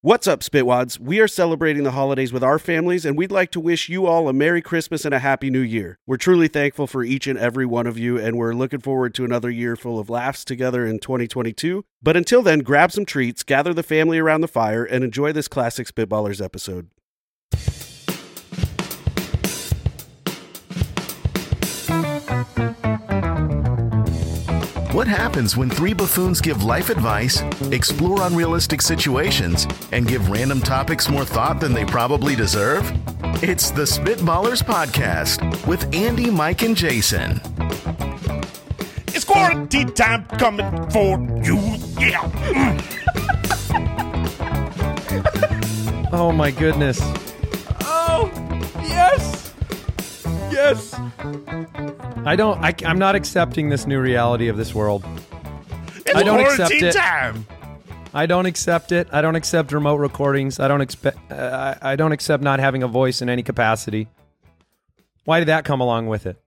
What's up, Spitwads? We are celebrating the holidays with our families, and we'd like to wish you all a Merry Christmas and a Happy New Year. We're truly thankful for each and every one of you, and we're looking forward to another year full of laughs together in 2022. But until then, grab some treats, gather the family around the fire, and enjoy this classic Spitballers episode. What happens when three buffoons give life advice, explore unrealistic situations, and give random topics more thought than they probably deserve? It's the Spitballers Podcast with Andy, Mike, and Jason. It's quarantine time coming for you. Yeah. Oh my goodness. Oh, yes. Yes. I don't I, I'm not accepting this new reality of this world. It's I don't accept quarantine it. time. I don't accept it. I don't accept remote recordings. I don't expect uh, I I don't accept not having a voice in any capacity. Why did that come along with it?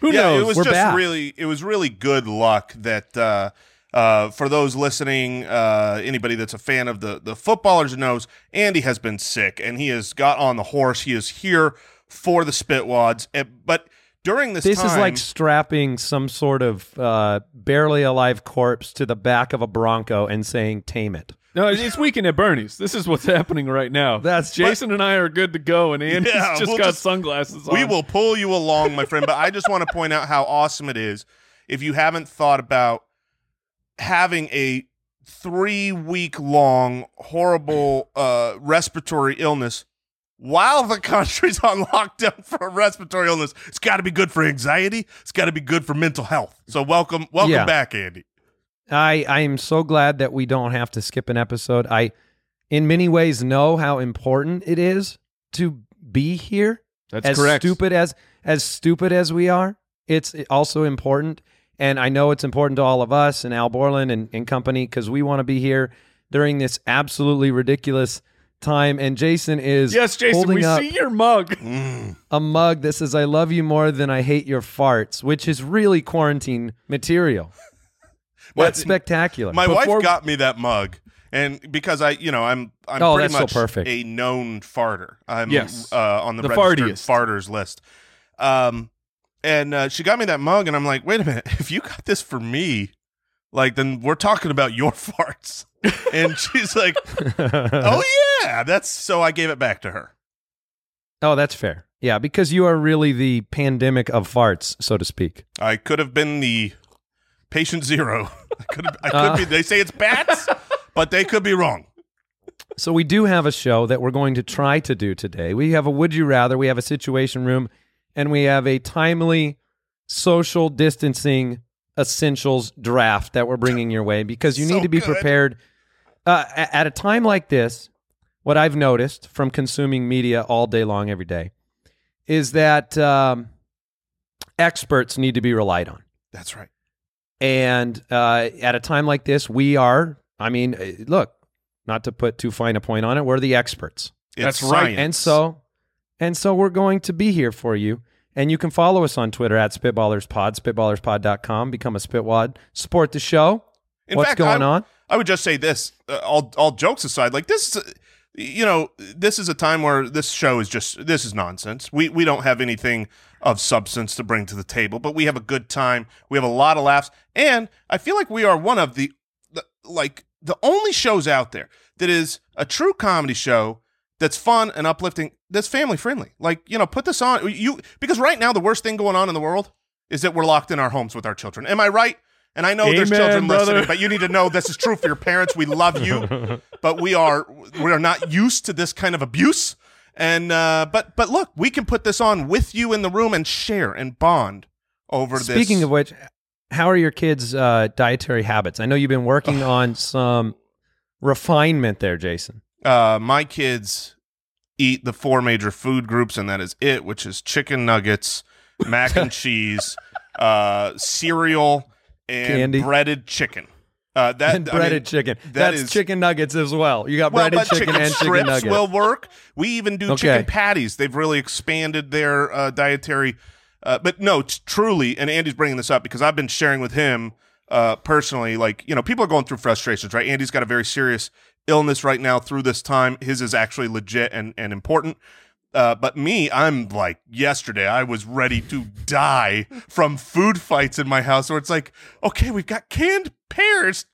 Who yeah, knows? it was We're just back. really it was really good luck that uh uh, for those listening, uh, anybody that's a fan of the the footballers knows Andy has been sick and he has got on the horse. He is here for the Spitwads. And, but during this, This is time- like strapping some sort of uh, barely alive corpse to the back of a Bronco and saying tame it. No, it's- it's weekend at Bernie's. This is what's happening right now. That's- Jason and I are good to go, and Andy's Yeah, just we'll got just- sunglasses on. We will pull you along, my friend. But I just want to point out how awesome it is if you haven't thought about having a three week long horrible uh, respiratory illness while the country's on lockdown for a respiratory illness. It's got to be good for anxiety. It's got to be good for mental health. So welcome, welcome Yeah. back, Andy. I I am so glad that we don't have to skip an episode. I in many ways know how important it is to be here. That's as correct. stupid as as stupid as we are, it's also important. And I know it's important to all of us and Al Borland and, and company because we want to be here during this absolutely ridiculous time. And Jason is Yes, Jason, holding we up see your mug. a mug that says "I love you more than I hate your farts," which is really quarantine material. That's But- spectacular. My Before- wife got me that mug, and because I, you know, I'm I'm Oh, pretty that's so much perfect. a known farter. I'm Yes. uh, on the, The registered fartiest. farters list. Um, and uh, she got me that mug, and I'm like, wait a minute, if you got this for me, like, then we're talking about your farts. and she's like, oh yeah, that's so. I gave it back to her. Oh, that's fair. Yeah, because you are really the pandemic of farts, so to speak. I could have been the patient zero. I could have, I could Uh. be. They say it's bats, but they could be wrong. So we do have a show that we're going to try to do today. We have a would you rather, we have a situation room, and we have a timely social distancing essentials draft that we're bringing your way because you So need to be good. prepared uh, a- at a time like this. What I've noticed from consuming media all day long, every day, is that um, experts need to be relied on. That's right. And uh, at a time like this, we are, I mean, eh, look, not to put too fine a point on it, we're the experts. It's That's right. science. And so, and so we're going to be here for you. And you can follow us on Twitter at SpitballersPod, SpitballersPod.com, become a Spitwad, support the show. In What's fact, going I- on? I would just say this, uh, all all jokes aside, like this is, a- you know, this is a time where this show is just this is nonsense. We we don't have anything of substance to bring to the table, but we have a good time. We have a lot of laughs, and I feel like we are one of the, the like the only shows out there that is a true comedy show that's fun and uplifting, that's family friendly. Like you know, put this on you because right now the worst thing going on in the world is that we're locked in our homes with our children. Am I right? And I know there's Amen, children brother. listening, but you need to know this is true for your parents. We love you, but we are we are not used to this kind of abuse. And uh, but but look, we can put this on with you in the room and share and bond over this. Speaking of which, how are your kids' uh, dietary habits? I know you've been working on some refinement there, Jason. uh, my kids eat the four major food groups, and that is it, which is chicken nuggets, mac and cheese, uh, cereal, and Candy. breaded chicken. Uh, that and I mean, breaded chicken. that That's is- chicken nuggets as well. You got Well, breaded but chicken, chicken, and strips chicken nuggets. will work. We even do chicken Okay. patties. They've really expanded their uh, dietary. Uh, but no, t- truly, and Andy's bringing this up because I've been sharing with him uh, personally. Like you know, people are going through frustrations, right? Andy's got a very serious illness right now. Through this time, his is actually legit and and important. Uh, but me, I'm like yesterday, I was ready to die from food fights in my house where it's like, okay, we've got canned pears.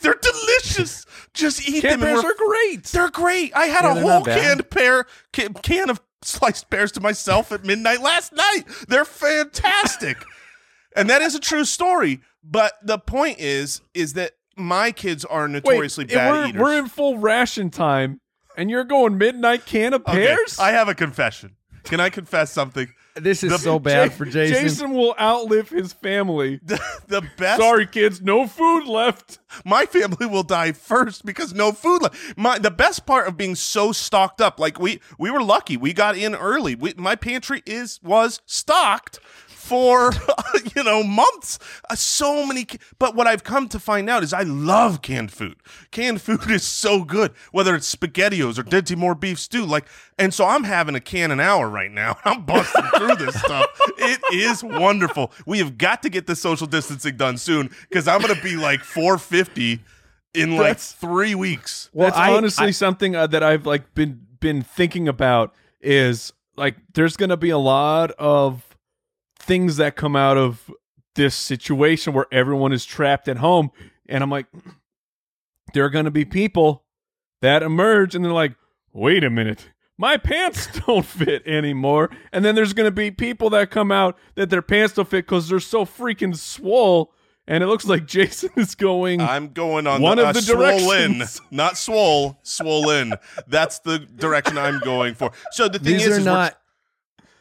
They're delicious. Just eat Canned them. and pears we're- are great. They're great. I had Yeah, a they're whole not bad. canned pear, can, can of sliced pears to myself at midnight last night. They're fantastic. and that is a true story. But the point is, is that my kids are notoriously Wait, bad we're, eaters. we're in full ration time, and you're going midnight can of Okay, pears? I have a confession. Can I confess something? This is The- so bad Ja- for Jason. Jason will outlive his family. The, the best. Sorry, kids, no food left. my family will die first because no food left. My the best part of being so stocked up, like we we were lucky, we got in early. We, my pantry is was stocked for you know months. Uh, so many, ca- but what I've come to find out is I love canned food. Canned food is so good, whether it's spaghettios or Dinty More beef stew. Like, and so I'm having a can an hour right now. I'm busting through this stuff. It is wonderful. We have got to get the social distancing done soon because I'm gonna be like 450 in like That's- three weeks. well, That's I, honestly I- something uh, that I've like been been thinking about is like there's going to be a lot of things that come out of this situation where everyone is trapped at home and I'm like there are going to be people that emerge and they're like wait a minute my pants don't fit anymore and then there's going to be people that come out that their pants don't fit cuz they're so freaking swole and it looks like Jason is going I'm going on One the, of uh, the swollen, directions. not swole, swollen. That's the direction I'm going for. So the thing these is, are is we're- not.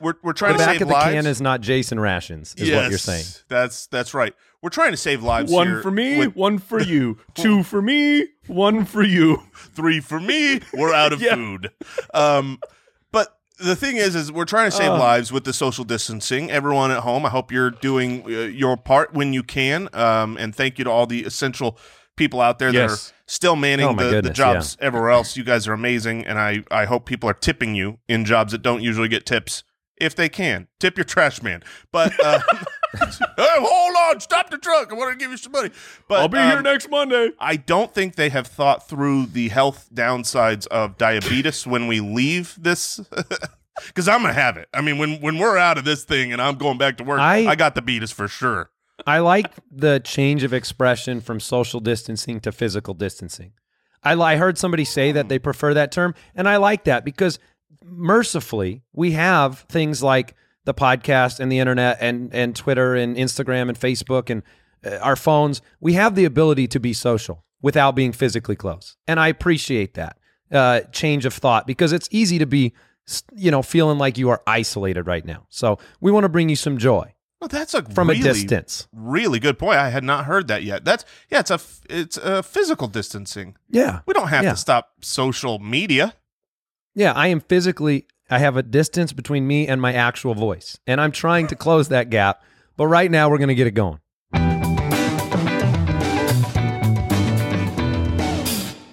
we're, we're, trying The to back save of the lives. can is not Jason rations, is what you're saying. That's that's right. We're trying to save lives. One here for me, with one for you. Two for me, one for you. three for me. We're out of Yeah. food. Um, but the thing is, is we're trying to Uh. save lives with the social distancing. Everyone at home, I hope you're doing uh, your part when you can. Um, and thank you to all the essential people out there that Yes. are still manning Oh, my the, the goodness, jobs everywhere else. You guys are amazing, and I I hope people are tipping you in jobs that don't usually get tips. If they can, tip your trash man. But uh, hey, hold on, stop the truck. I want to give you some money. But I'll be um, here next Monday. I don't think they have thought through the health downsides of diabetes when we leave this. Because I'm gonna have it. I mean, when when we're out of this thing and I'm going back to work, I, I- got the beatus for sure. I like the change of expression from social distancing to physical distancing. I, li- I heard somebody say that they prefer that term, and I like that because mercifully we have things like the podcast and the internet and and Twitter and Instagram and Facebook and uh, our phones. We have the ability to be social without being physically close, and I appreciate that uh, change of thought because it's easy to be s- you know feeling like you are isolated right now. So we want to bring you some joy Well, that's a from really, a distance. Really good point. I had not heard that yet. That's yeah. It's a f- it's a physical distancing. Yeah. We don't have Yeah. to stop social media. Yeah, I am physically I have a distance between me and my actual voice. And I'm trying to close that gap, but right now we're going to get it going.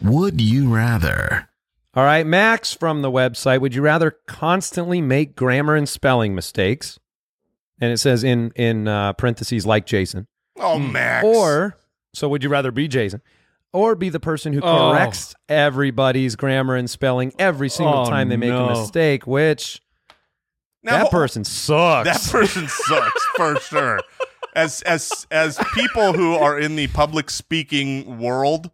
Would you rather? All right, Max from the website, would you rather constantly make grammar and spelling mistakes? And it says in in uh, parentheses like Jason. Oh, Max. Hmm. Or so would you rather be Jason or be the person who Oh. corrects everybody's grammar and spelling every single Oh, time they make no. a mistake, which Now, that ho- person sucks. That person sucks for sure. As as as people who are in the public speaking world,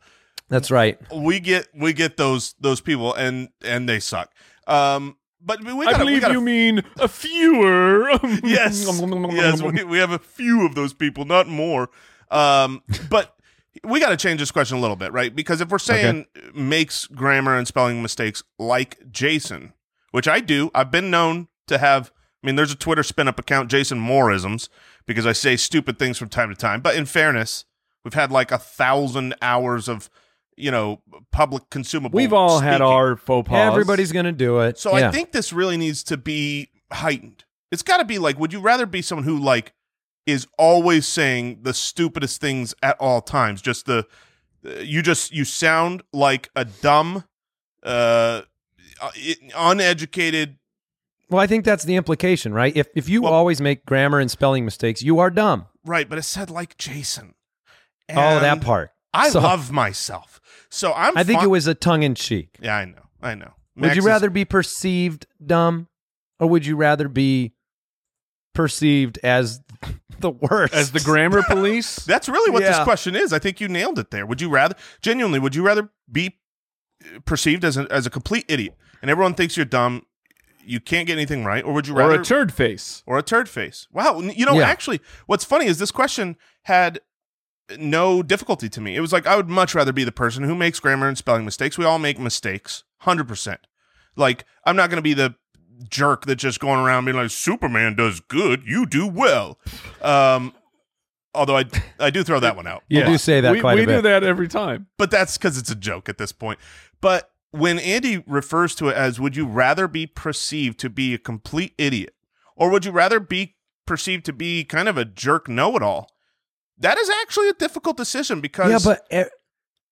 That's right. we get we get those those people and and they suck. Um, but we gotta, I we believe gotta, you mean a fewer. yes yes we, we have a few of those people, not more. Um, but we got to change this question a little bit, right? Because if we're saying makes grammar and spelling mistakes like Jason, which I do, I've been known to have. I mean, there's a Twitter spin up account, Jason Moorisms, because I say stupid things from time to time. But in fairness, we've had like a thousand hours of you know, public consumable. We've all had speaking. our faux pas. Everybody's going to do it. So Yeah. I think this really needs to be heightened. It's got to be like, would you rather be someone who like is always saying the stupidest things at all times? Just the uh, you just you sound like a dumb, uh, uneducated. Well, I think that's the implication, right? If if you Well- always make grammar and spelling mistakes, you are dumb. Right, but it said like Jason. oh, that And part. I So, love myself, so I'm. I think fi- it was a tongue in cheek. Yeah, I know. I know. Would Max you is- rather be perceived dumb, or would you rather be perceived as the worst? as the grammar police. That's really what this Yeah. question is. I think you nailed it there. Would you rather genuinely would you rather be perceived as a, as a complete idiot and everyone thinks you're dumb, you can't get anything right, or would you rather or a turd face. or a turd face? Wow, n- you know Yeah. actually, what's funny is this question had no difficulty to me. It was like I would much rather be the person who makes grammar and spelling mistakes. We all make mistakes, hundred percent. Like I'm not going to be the jerk that's just going around being like Superman does good, you do well. Um, although I I do throw that one out, You Yeah. do say that we, quite we a bit. do that every time. but that's because it's a joke at this point. But when Andy refers to it as "Would you rather be perceived to be a complete idiot, or would you rather be perceived to be kind of a jerk know-it-all?" That is actually a difficult decision because Yeah, but e-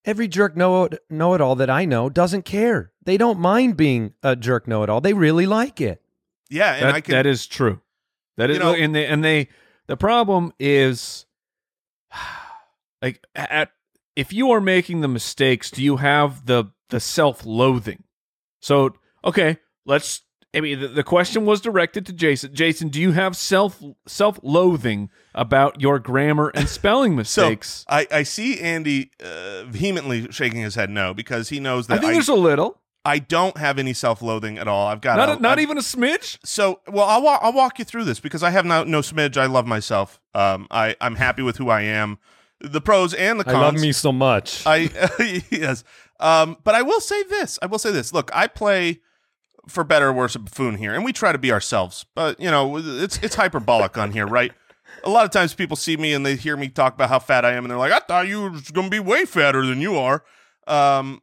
every jerk know know it all that I know doesn't care. They don't mind being a jerk know it all. They really like it. yeah, and I That, can that is true. That is, You know- and they, and they, the problem is, like, at, if you are making the mistakes, do you have the the self loathing? So, okay, let's. I mean, the, the question was directed to Jason. Jason, do you have self self loathing about your grammar and spelling mistakes? So I, I see Andy uh, vehemently shaking his head no because he knows I that think I, there's a little, I don't have any self-loathing at all. I've got not a- a, not I've- even a smidge. so well I'll, wa- I'll walk you through this because i have no, no smidge i love myself um, I, i'm happy with who i am the pros and the cons so much. I yes. Um, but I will say this. I will say this. Look, I play for better or worse a buffoon here, and we try to be ourselves. But you know, it's it's hyperbolic on here, right? A lot of times people see me and they hear me talk about how fat I am, and they're like, "I thought you were going to be way fatter than you are." Um,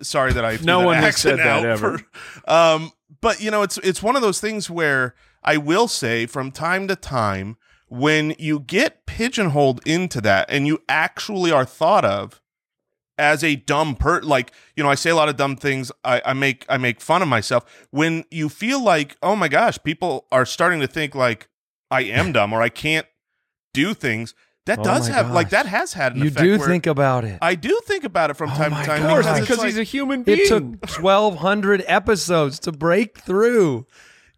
sorry that I threw No that one has accent said that out ever. for- um, but you know, it's it's one of those things where I will say from time to time when you get pigeonholed into that and you actually are thought of as a dumb per like you know i say a lot of dumb things I, I make i make fun of myself when you feel like oh my gosh people are starting to think like i am dumb or i can't do things that Oh does my have like gosh. that has had an you effect do where- think about it. i do think about it from Oh time my to time Of course, God. because, it's because he's a like- human being. it took 1200 episodes to break through.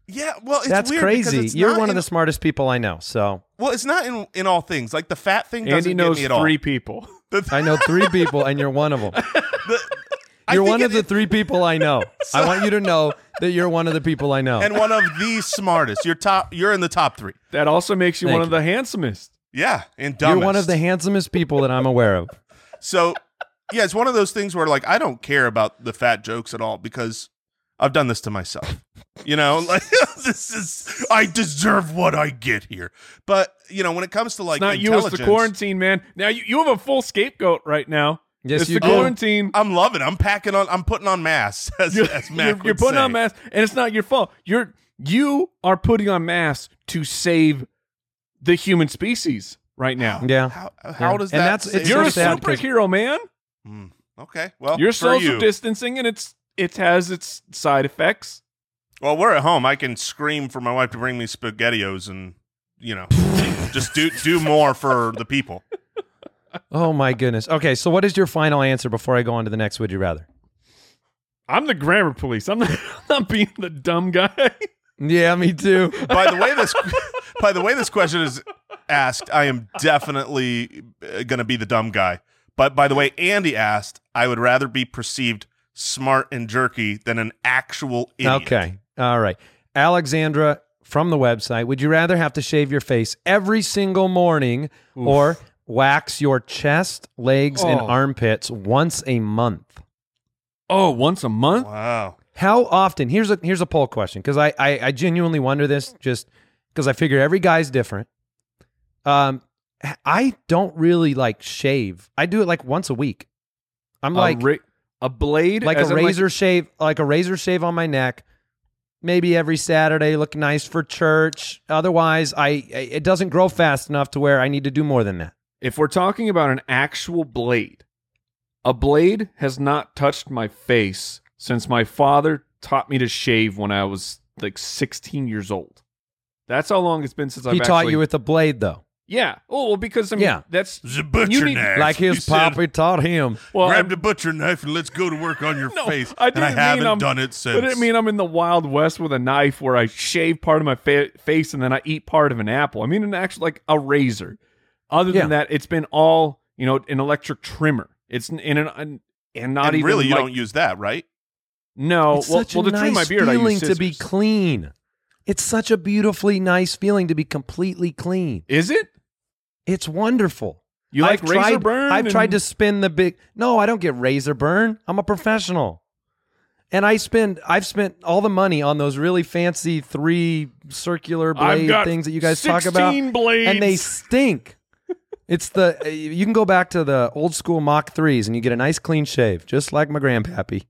yeah well it's That's weird because crazy. it's You're not one of in- the smartest people I know. So well it's not in in all things like the fat thing Andy doesn't get knows me at all three people. The th- I know three people, and you're one of them. I You're think one it of the is- three people I know. I want you to know that you're one of the people I know. and one of the smartest you're top you're in the top three That also makes you Thank one of you. the handsomest. yeah and you're dumbest. one of the handsomest people that I'm aware of. So yeah, it's one of those things where like I don't care about the fat jokes at all because I've done this to myself. You know, like this is I deserve what I get here. But you know, when it comes to like it's not you, it's the intelligence, quarantine, man. Now you, you have a full scapegoat right now. Yes, it's you the do. quarantine. I'm loving. It. I'm packing on. I'm putting on masks. As, You're, as Mac you're- would you're putting say. on masks, and it's not your fault. You're you are putting on masks to save the human species right now. Yeah. How, how Yeah. does And that? that's- save- it's You're so a sad 'cause- superhero, man. Hmm. okay. Well, You're for social you. distancing, and it's it has its side effects. Well, we're at home. I can scream for my wife to bring me spaghettios and you know, just do do more for the people. Oh my goodness. Okay, so what is your final answer before I go on to the next? Would you rather? I'm the grammar police. I'm not, I'm not being the dumb guy. Yeah, me too. by the way this by the way this question is asked i am definitely uh, gonna be the dumb guy but by the way andy asked i would rather be perceived smart and jerky than an actual idiot Okay. All right. Alexandra from the website, would you rather have to shave your face every single morning or wax your chest, legs, and Oh. armpits once a month? Oh, once a month. wow How often? Here's a here's a poll question because I, I I genuinely wonder this just because I figure every guy's different. Um, I don't really like shave. I do it like once a week. I'm A like ra- a blade, like a as in, razor shave, like a razor shave on my neck. Maybe every Saturday, look nice for church. Otherwise, I I- it doesn't grow fast enough to where I need to do more than that. if we're talking about an actual blade, a blade has not touched my face since my father taught me to shave when I was like 16 years old. That's how long it's been since I've he taught actually- you with a blade, though, yeah. Oh well, because I mean, Yeah. that's The butcher you need- knife. like He his said, poppy taught him. well, Grab I'm- the butcher knife and let's go to work on your no, face. I didn't and I mean haven't I'm, done it since. I didn't mean I'm in the Wild West with a knife where I shave part of my fa- face and then I eat part of an apple. I mean, an actual like a razor. Other Yeah. than that, it's been all you know, an electric trimmer. It's in an, an and not and even really, you like- don't use that, right? No, it's Oh, well, such well, a to trim my nice beard, I use feeling to be scissors. clean. It's such a beautifully nice feeling to be completely clean. Is it? It's wonderful. You like I've razor tried- burn? I've tried and- to spin the big. No, I don't get razor burn. I'm a professional, and I spend. I've spent all the money on those really fancy three circular I've blade got things that you guys talk about, 16 blades. and they stink. It's the uh, you can go back to the old school Mach threes and you get a nice clean shave, just like my grandpappy.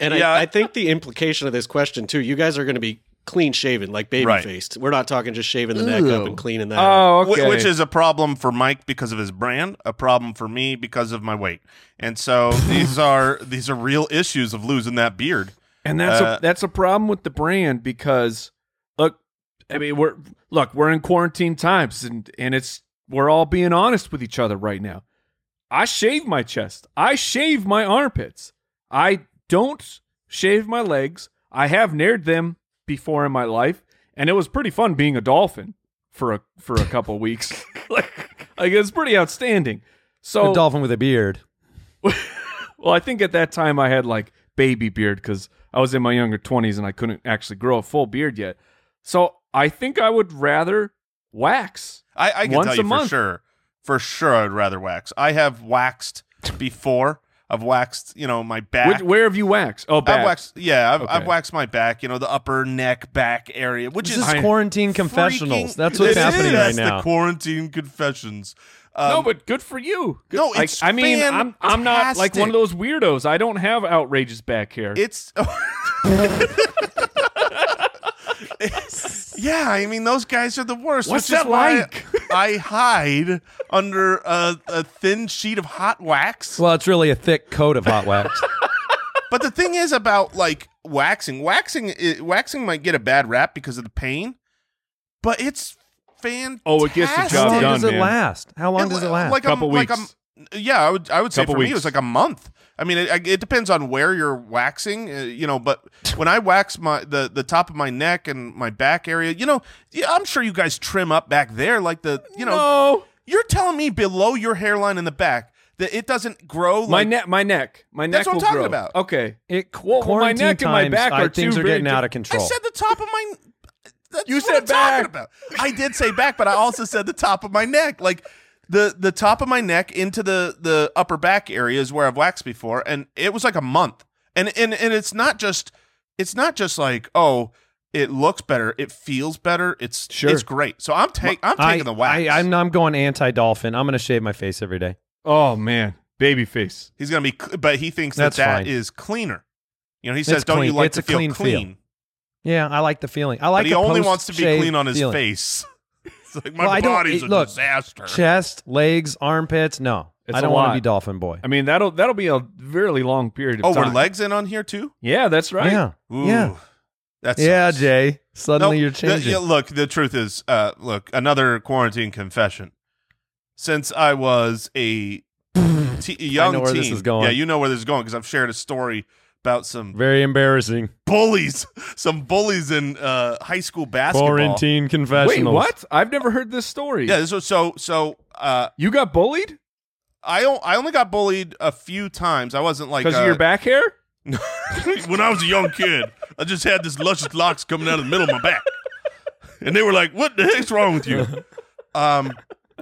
And Yeah. I, I think the implication of this question too, you guys are going to be clean shaven, like baby faced. We're not talking just shaving the neck up and cleaning that. up. Oh, Wh- okay. Which is a problem for Mike because of his brand, a problem for me because of my weight, and so these are these are real issues of losing that beard. And that's Uh, a that's a problem with the brand because look, I mean we're look we're in quarantine times and and it's we're all being honest with each other right now. I shave my chest. I shave my armpits. I don't shave my legs. I have nared them before in my life, and it was pretty fun being a dolphin for a for a couple weeks. like, like it's pretty outstanding. So a dolphin with a beard. well, I think at that time I had like baby beard because I was in my younger 20s and I couldn't actually grow a full beard yet. So I think I would rather wax. I, I can Once tell a you for month. sure, for sure, I'd rather wax. I have waxed before. I've waxed, you know, my back. Which, where have you waxed? Oh, back. I've waxed, yeah, I've, I've Okay. waxed my back. You know, the upper neck, back area, which This is is quarantine confessionals. freaking- That's what's This is- happening right that's now. The quarantine confessions. Um, no, but good for you. Good- No, like, it's I mean, I'm I'm not like fantastic. one of those weirdos. I don't have outrageous back hair. It's. yeah, I mean those guys are the worst. What's which is that why like? I hide under a, a thin sheet of hot wax. Well, it's really a thick coat of hot wax. But the thing is about like waxing. Waxing i- waxing might get a bad rap because of the pain, but it's fantastic. Oh, it gets the How Job long done, does it man. last? How long It- does it last? Like Couple a, like a- weeks. yeah, I would I would say Couple for me it was weeks. like a month. I mean, it, it depends on where you're waxing, uh, you know. But when I wax my the the top of my neck and my back area, you know, yeah, I'm sure you guys trim up back there, like the you know. no, You're telling me below your hairline in the back that it doesn't grow. my like, neck, my neck, my neck. That's what I'm will talking grow. about. Okay, It Well, well, my neck and my times, back I- are things too are getting big. out I of control. said the top of my. That's You what said I'm talking back. about. I did say back, but I also said the top of my neck, like the the top of my neck into the the upper back area is where I've waxed before, and it was like a month. And and and it's not just it's not just like oh it looks better, it feels better, it's Sure. it's great. So I'm taking I'm taking the wax. I, am going anti dolphin. I'm going to shave my face every day. Oh man, baby face. He's gonna be, cl- but he thinks that That's that fine. is cleaner. You know, he says, "Don't you clean. like It's to a feel clean clean?" feel. Yeah, I like the feeling. I like. but he a only wants to be post-shave clean on his feeling. face. it's like my Well, I don't- body's it- a look, disaster. chest, legs, armpits. No, It's I a don't want to lot. be dolphin boy. I mean, that'll that'll be a really long period of Oh, time. were legs in on here too? Yeah, that's right. Yeah, Ooh, yeah, That's yeah, Jay. Suddenly you're changing. look, the truth is, uh, look, another quarantine confession. Since I was a te- young know where teen, this is going. yeah, you know where this is going because I've shared a story about some Very embarrassing. bullies, some bullies in uh, high school basketball. Quarantine confessionals. Wait, what? I've never heard this story. Yeah, so so so uh, You got bullied I o- I only got bullied a few times. I wasn't like because uh, of your back hair? when I was a young kid, I just had this luscious locks coming out of the middle of my back. And they were like, what the heck's wrong with you? Um,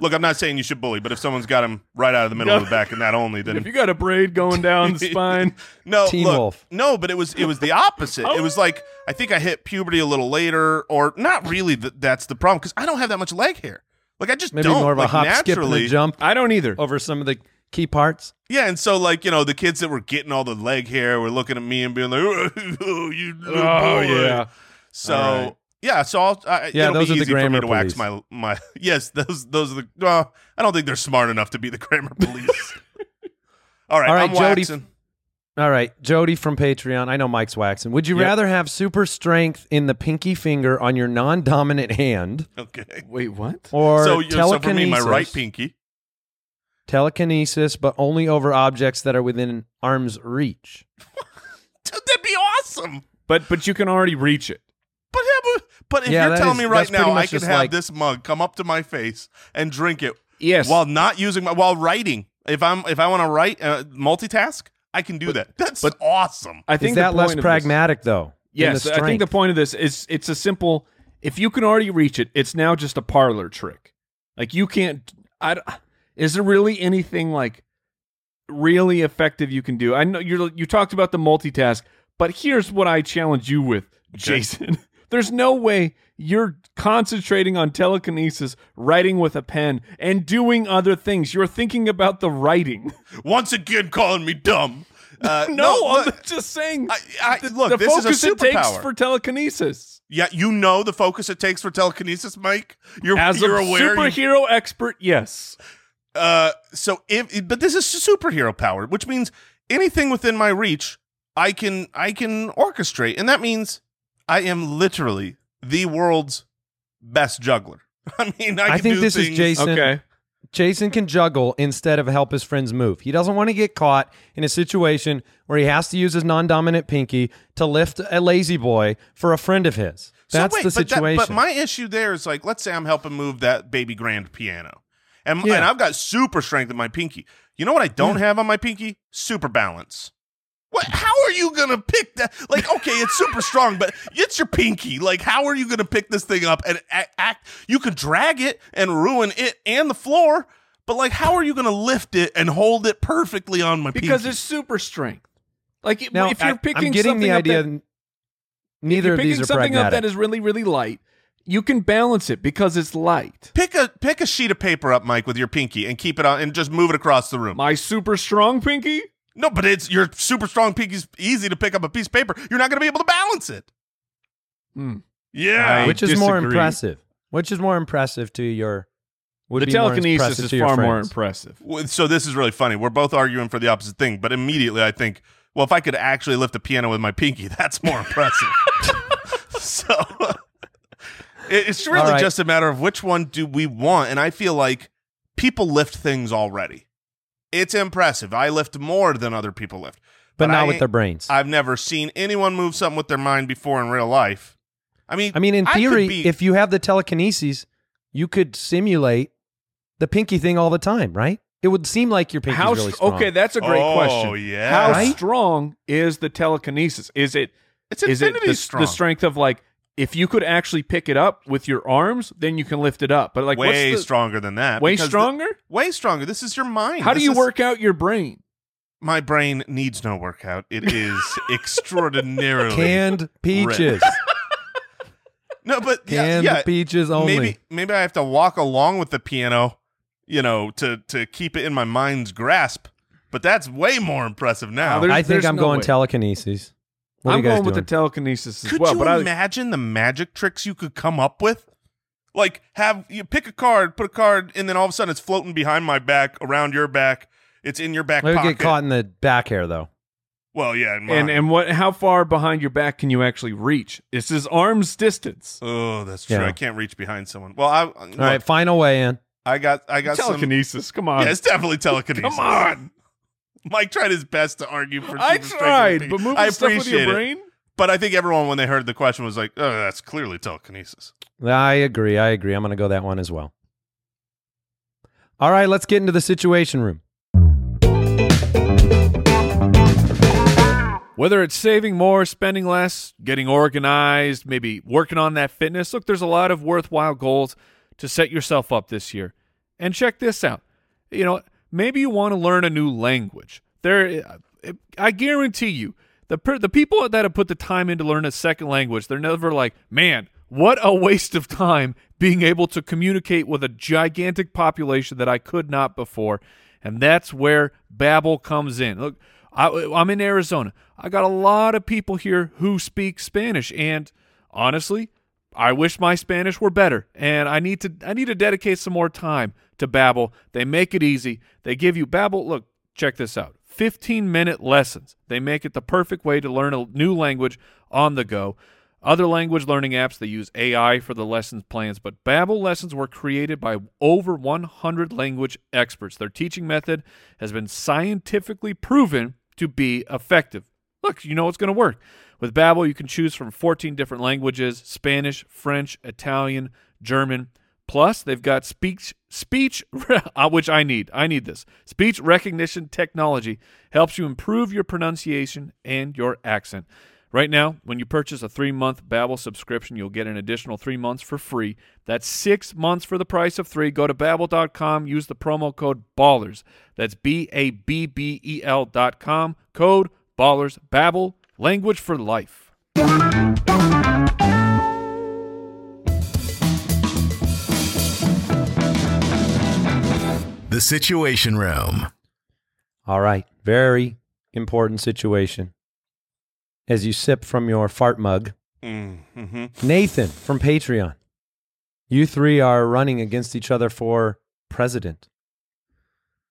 look, I'm not saying you should bully, but if someone's got him right out of the middle of the back and that only, If you then got a braid going down the spine, no, Teen look, Wolf. no, but it was it was the opposite. It was like I think I hit puberty a little later, or not really. Th- that's the problem because I don't have that much leg hair. Like I just Maybe don't more of a like, hop, skip, naturally. and a jump Oh. I don't either. over some of the key parts. Yeah, and so like you know the kids that were getting all the leg hair were looking at me and being like, "Oh, you little Oh, boy." yeah. So All right. yeah, so I'll, I, Yeah, it'll those be are the easy for me grammar to wax police. my my. Yes, those those are the. Well, I don't think they're smart enough to be the grammar police. all right, All right, I'm Jody. waxing. All right, Jody from Patreon. I know Mike's waxing. Would you Yep. rather have super strength in the pinky finger on your non-dominant hand, Okay. Wait, what? or so, you- so telekinesis? for me, my right pinky. Telekinesis, but only over objects that are within arm's reach. Dude, that'd be awesome. But but you can already reach it. But have a- but if Yeah, you're that telling is- me right that's pretty now I much could just have like- this mug come up to my face and drink it Yes. while not using my while writing, if I'm if I want to write uh, multitask, I can do that. That's but- awesome. I think Is the that less point of this- pragmatic though? than Yes, the I think the strength? point of this is it's a simple. If you can already reach it, it's now just a parlor trick. Like you can't. I. d- Is there really anything like really effective you can do? I know you are you talked about the multitask, but here's what I challenge you with, Jason. There's no way you're concentrating on telekinesis, writing with a pen, and doing other things. You're thinking about the writing. Once again, calling me dumb. Uh, no, I'm look, just saying. I- I- the, look, the this is a focus it takes superpower. for telekinesis. yeah, you know the focus it takes for telekinesis, Mike. You're As you're a aware. you- superhero expert, yes. uh, so if but this is superhero power, which means anything within my reach, I can I can orchestrate, and that means I am literally the world's best juggler. I mean, I, I can think do this is things- Jason. Okay. Jason can juggle instead of help his friends move. He doesn't want to get caught in a situation where he has to use his non-dominant pinky to lift a lazy boy for a friend of his. So That's wait, the but that- situation. But, my issue there is like, let's say I'm helping move that baby grand piano, and, Yeah. and I've got super strength in my pinky. You know what I don't have on my pinky? Super balance. What? How are you gonna pick that? Like, okay, it's super strong, but it's your pinky. Like, how are you gonna pick this thing up and a- act? You could drag it and ruin it and the floor, but like, how are you gonna lift it and hold it perfectly on my Because pinky? it's super strength. Like it- now, if you're I- picking I'm getting something the up idea. that, n- if you're neither of picking these are something pragmatic. up that is really really light, you can balance it because it's light. pick a pick a sheet of paper up, Mike, with your pinky and keep it on and just move it across the room. My super strong pinky? No, but it's your super strong pinky's easy to pick up a piece of paper. You're not going to be able to balance it. Hmm. Yeah. I- which is more disagree. impressive? Which is more impressive to your? Would the be more telekinesis impressive is to your far more friends. impressive. Well, So this is really funny. We're both arguing for the opposite thing, but immediately I think, well, if I could actually lift a piano with my pinky, that's more impressive. so it- it's really All right. just a matter of which one do we want. And I feel like people lift things already. It's impressive. I lift more than other people lift. but, not I with ain't- their brains. I, I've never seen anyone move something with their mind before in real life. I mean, mean, in could theory, be- if you have the telekinesis, you could simulate the pinky thing all the time, right? It would seem like your pinky's How really str- strong. Okay, that's a great Oh, question. yeah. How Right? strong is the telekinesis? Is it It's is it infinity the, strong. the strength of like if you could actually pick it up with your arms, then you can lift it up. But like way what's the, stronger than that. Way because the- stronger? way stronger. This is your mind. How do This you is- work out your brain? My brain needs no workout. It is extraordinarily Canned peaches. No, but yeah, Canned yeah, peaches only. maybe maybe I have to walk along with the piano, you know, to to keep it in my mind's grasp. But that's way more impressive now. Now, there's- I think there's I'm no going way. telekinesis. What are I'm you guys going with the doing? telekinesis as could well. you but I, imagine the magic tricks you could come up with? Like have you pick a card, put a card, and then all of a sudden it's floating behind my back, around your back. It's in your back Let me pocket. get caught in the back hair though. Well, yeah, in and mine. and what? How far behind your back can you actually reach? This is arm's distance. Oh, that's true. Yeah. I can't reach behind someone. Well, I look, All right, final way in. I got I got some. Yeah, telekinesis. Come on. it's definitely telekinesis. Come on. Mike tried his best to argue for. I super strength and tried, speed. but moving I stuff appreciate with your it. brain. But I think everyone, when they heard the question, was like, "Oh, that's clearly telekinesis." I agree. I agree. I'm going to go that one as well. All right, let's get into the situation room. Whether it's saving more, spending less, getting organized, maybe working on that fitness. Look, there's a lot of worthwhile goals to set yourself up this year. And check this out. You know, maybe you want to learn a new language. There I guarantee you, the per, the people that have put the time in to learn a second language, they're never like, "Man, what a waste of time being able to communicate with a gigantic population that I could not before." And that's where Babbel comes in. Look, I, I'm in Arizona. I got a lot of people here who speak Spanish, and honestly, I wish my Spanish were better. And I need to I need to dedicate some more time to Babbel. They make it easy. They give you Babbel. Look, check this out. 15 minute lessons. They make it the perfect way to learn a new language on the go. Other language learning apps they use AI for the lessons plans, but Babbel lessons were created by over 100 language experts. Their teaching method has been scientifically proven to be effective. Look, you know it's going to work. With Babbel, you can choose from 14 different languages: Spanish, French, Italian, German. Plus, they've got speech speech uh, which I need. I need this. Speech recognition technology helps you improve your pronunciation and your accent. Right now, when you purchase a three month Babbel subscription, you'll get an additional three months for free. That's six months for the price of three. Go to babbel.com, use the promo code BALLERS. That's B A B B E L dot com. Code BALLERS. Babbel, language for life. The Situation Room. All right. Very important situation. As you sip from your fart mug, Mm-hmm. Nathan from Patreon, you three are running against each other for president.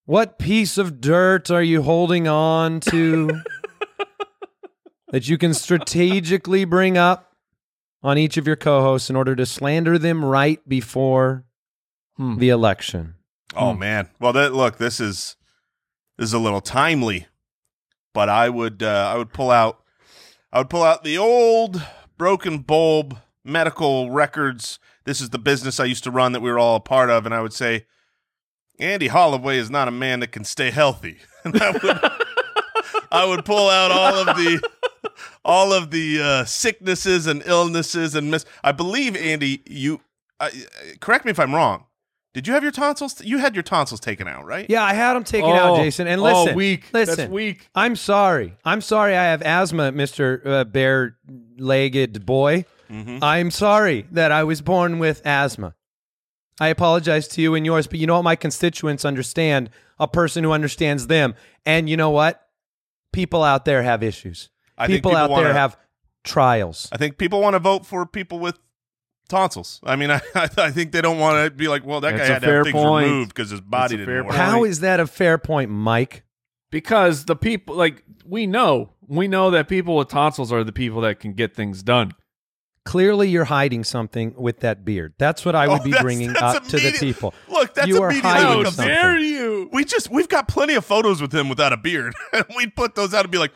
What piece of dirt are you holding on to that you can strategically bring up on each of your co hosts in order to slander them right before Hmm. the election? Oh man. Well, that look. This is this is a little timely, but I would uh, I would pull out I would pull out the old broken bulb medical records. This is the business I used to run that we were all a part of, and I would say, Andy Holloway is not a man that can stay healthy. And I would I would pull out all of the all of the uh, sicknesses and illnesses and mis. I believe Andy, you I I- correct me if I'm wrong. Did you have your tonsils? You had your tonsils taken out, right? Yeah, I had them taken out, Jason. And listen, oh, weak. listen, That's weak. I'm sorry. I'm sorry. I have asthma, Mister uh, Bare-legged boy. Mm-hmm. I'm sorry that I was born with asthma. I apologize to you and yours, but you know what? My constituents understand a person who understands them, and you know what? People out there have issues. I think people, people out wanna- there have trials. I think people want to vote for people with tonsils. I mean, I, I think they don't want to be like, well, that That's guy a had to fair have things point. removed because his body That's a didn't fair work. point. How is that a fair point, Mike? because the people like we know we know that people with tonsils are the people that can get things done Clearly, you're hiding something with that beard. That's what I would Oh, be that's- bringing that's up to the immediate- people. Look, that's you are immediately hiding how something. dare you We just we've got plenty of photos with him without a beard, and we'd put those out and be like,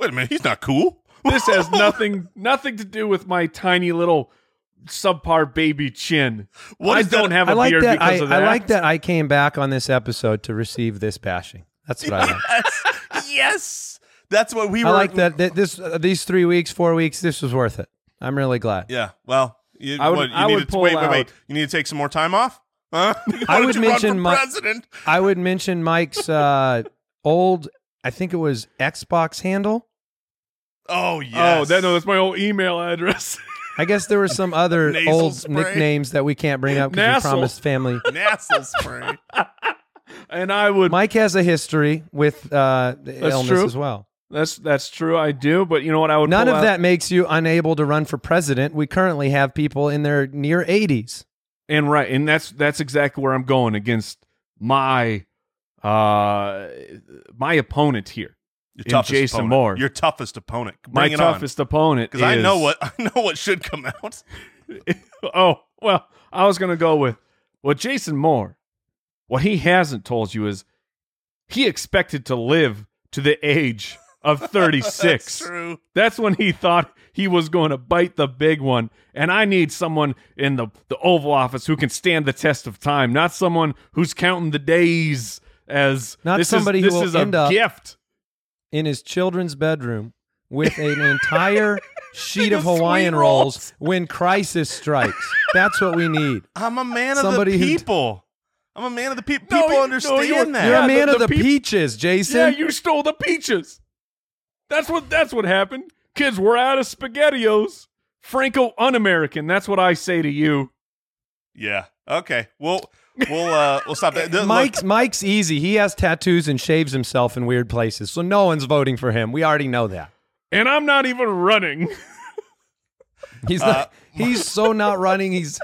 wait a minute, he's not cool. this has nothing nothing to do with my tiny little subpar baby chin What i is that- don't have a I like beard that. I, because of that I like that I came back on this episode to receive this bashing. That's what I like. yes, that's what we I were. like that. that this uh, these three weeks, four weeks, this was worth it. I'm really glad. Yeah. Well, you, I would- what, you I need would to, wait, pull wait, wait. out- You need to take some more time off. Huh? Why I don't would you run mention for my- president. I would mention Mike's uh, old, I think it was Xbox handle. Oh yes. oh that no that's my old email address I guess there were some other Nasal old spray. nicknames that we can't bring up because we Nasal. promised family. Nasal spray. and i would Mike has a history with uh, illness true. as well. that's that's true i do but you know what i would None pull of out- that makes you unable to run for president. We currently have people in their near 80s. and right and that's that's exactly where i'm going against my uh my opponent here Your In toughest Jason opponent. Moore. Your toughest opponent. my Bring it on. toughest opponent because I is- know what I know what should come out. oh well i was gonna go with well jason moore what he hasn't told you is he expected to live to the age of 36 That's true. That's when he thought he was going to bite the big one. And I need someone in the, the Oval Office who can stand the test of time, not someone who's counting the days as Not this somebody who is, this will is end a up- gift. in his children's bedroom with an entire sheet of sweet Hawaiian rolls. rolls when crisis strikes. That's what we need. I'm a man Somebody of the who- people. I'm a man of the people. No, People you- no, understand you're- that. You're Yeah, a man the- of the, the peop- peaches, Yeah, Jason. you stole the peaches. That's what that's what happened. Kids were out of spaghettios. Franco un-American. That's what I say to you. yeah. Okay. Well, We'll uh, we'll stop. that. Look, Mike's Mike's easy. He has tattoos and shaves himself in weird places, so no one's voting for him. We already know that. and I'm not even running. He's Uh, not, he's so not running. He's,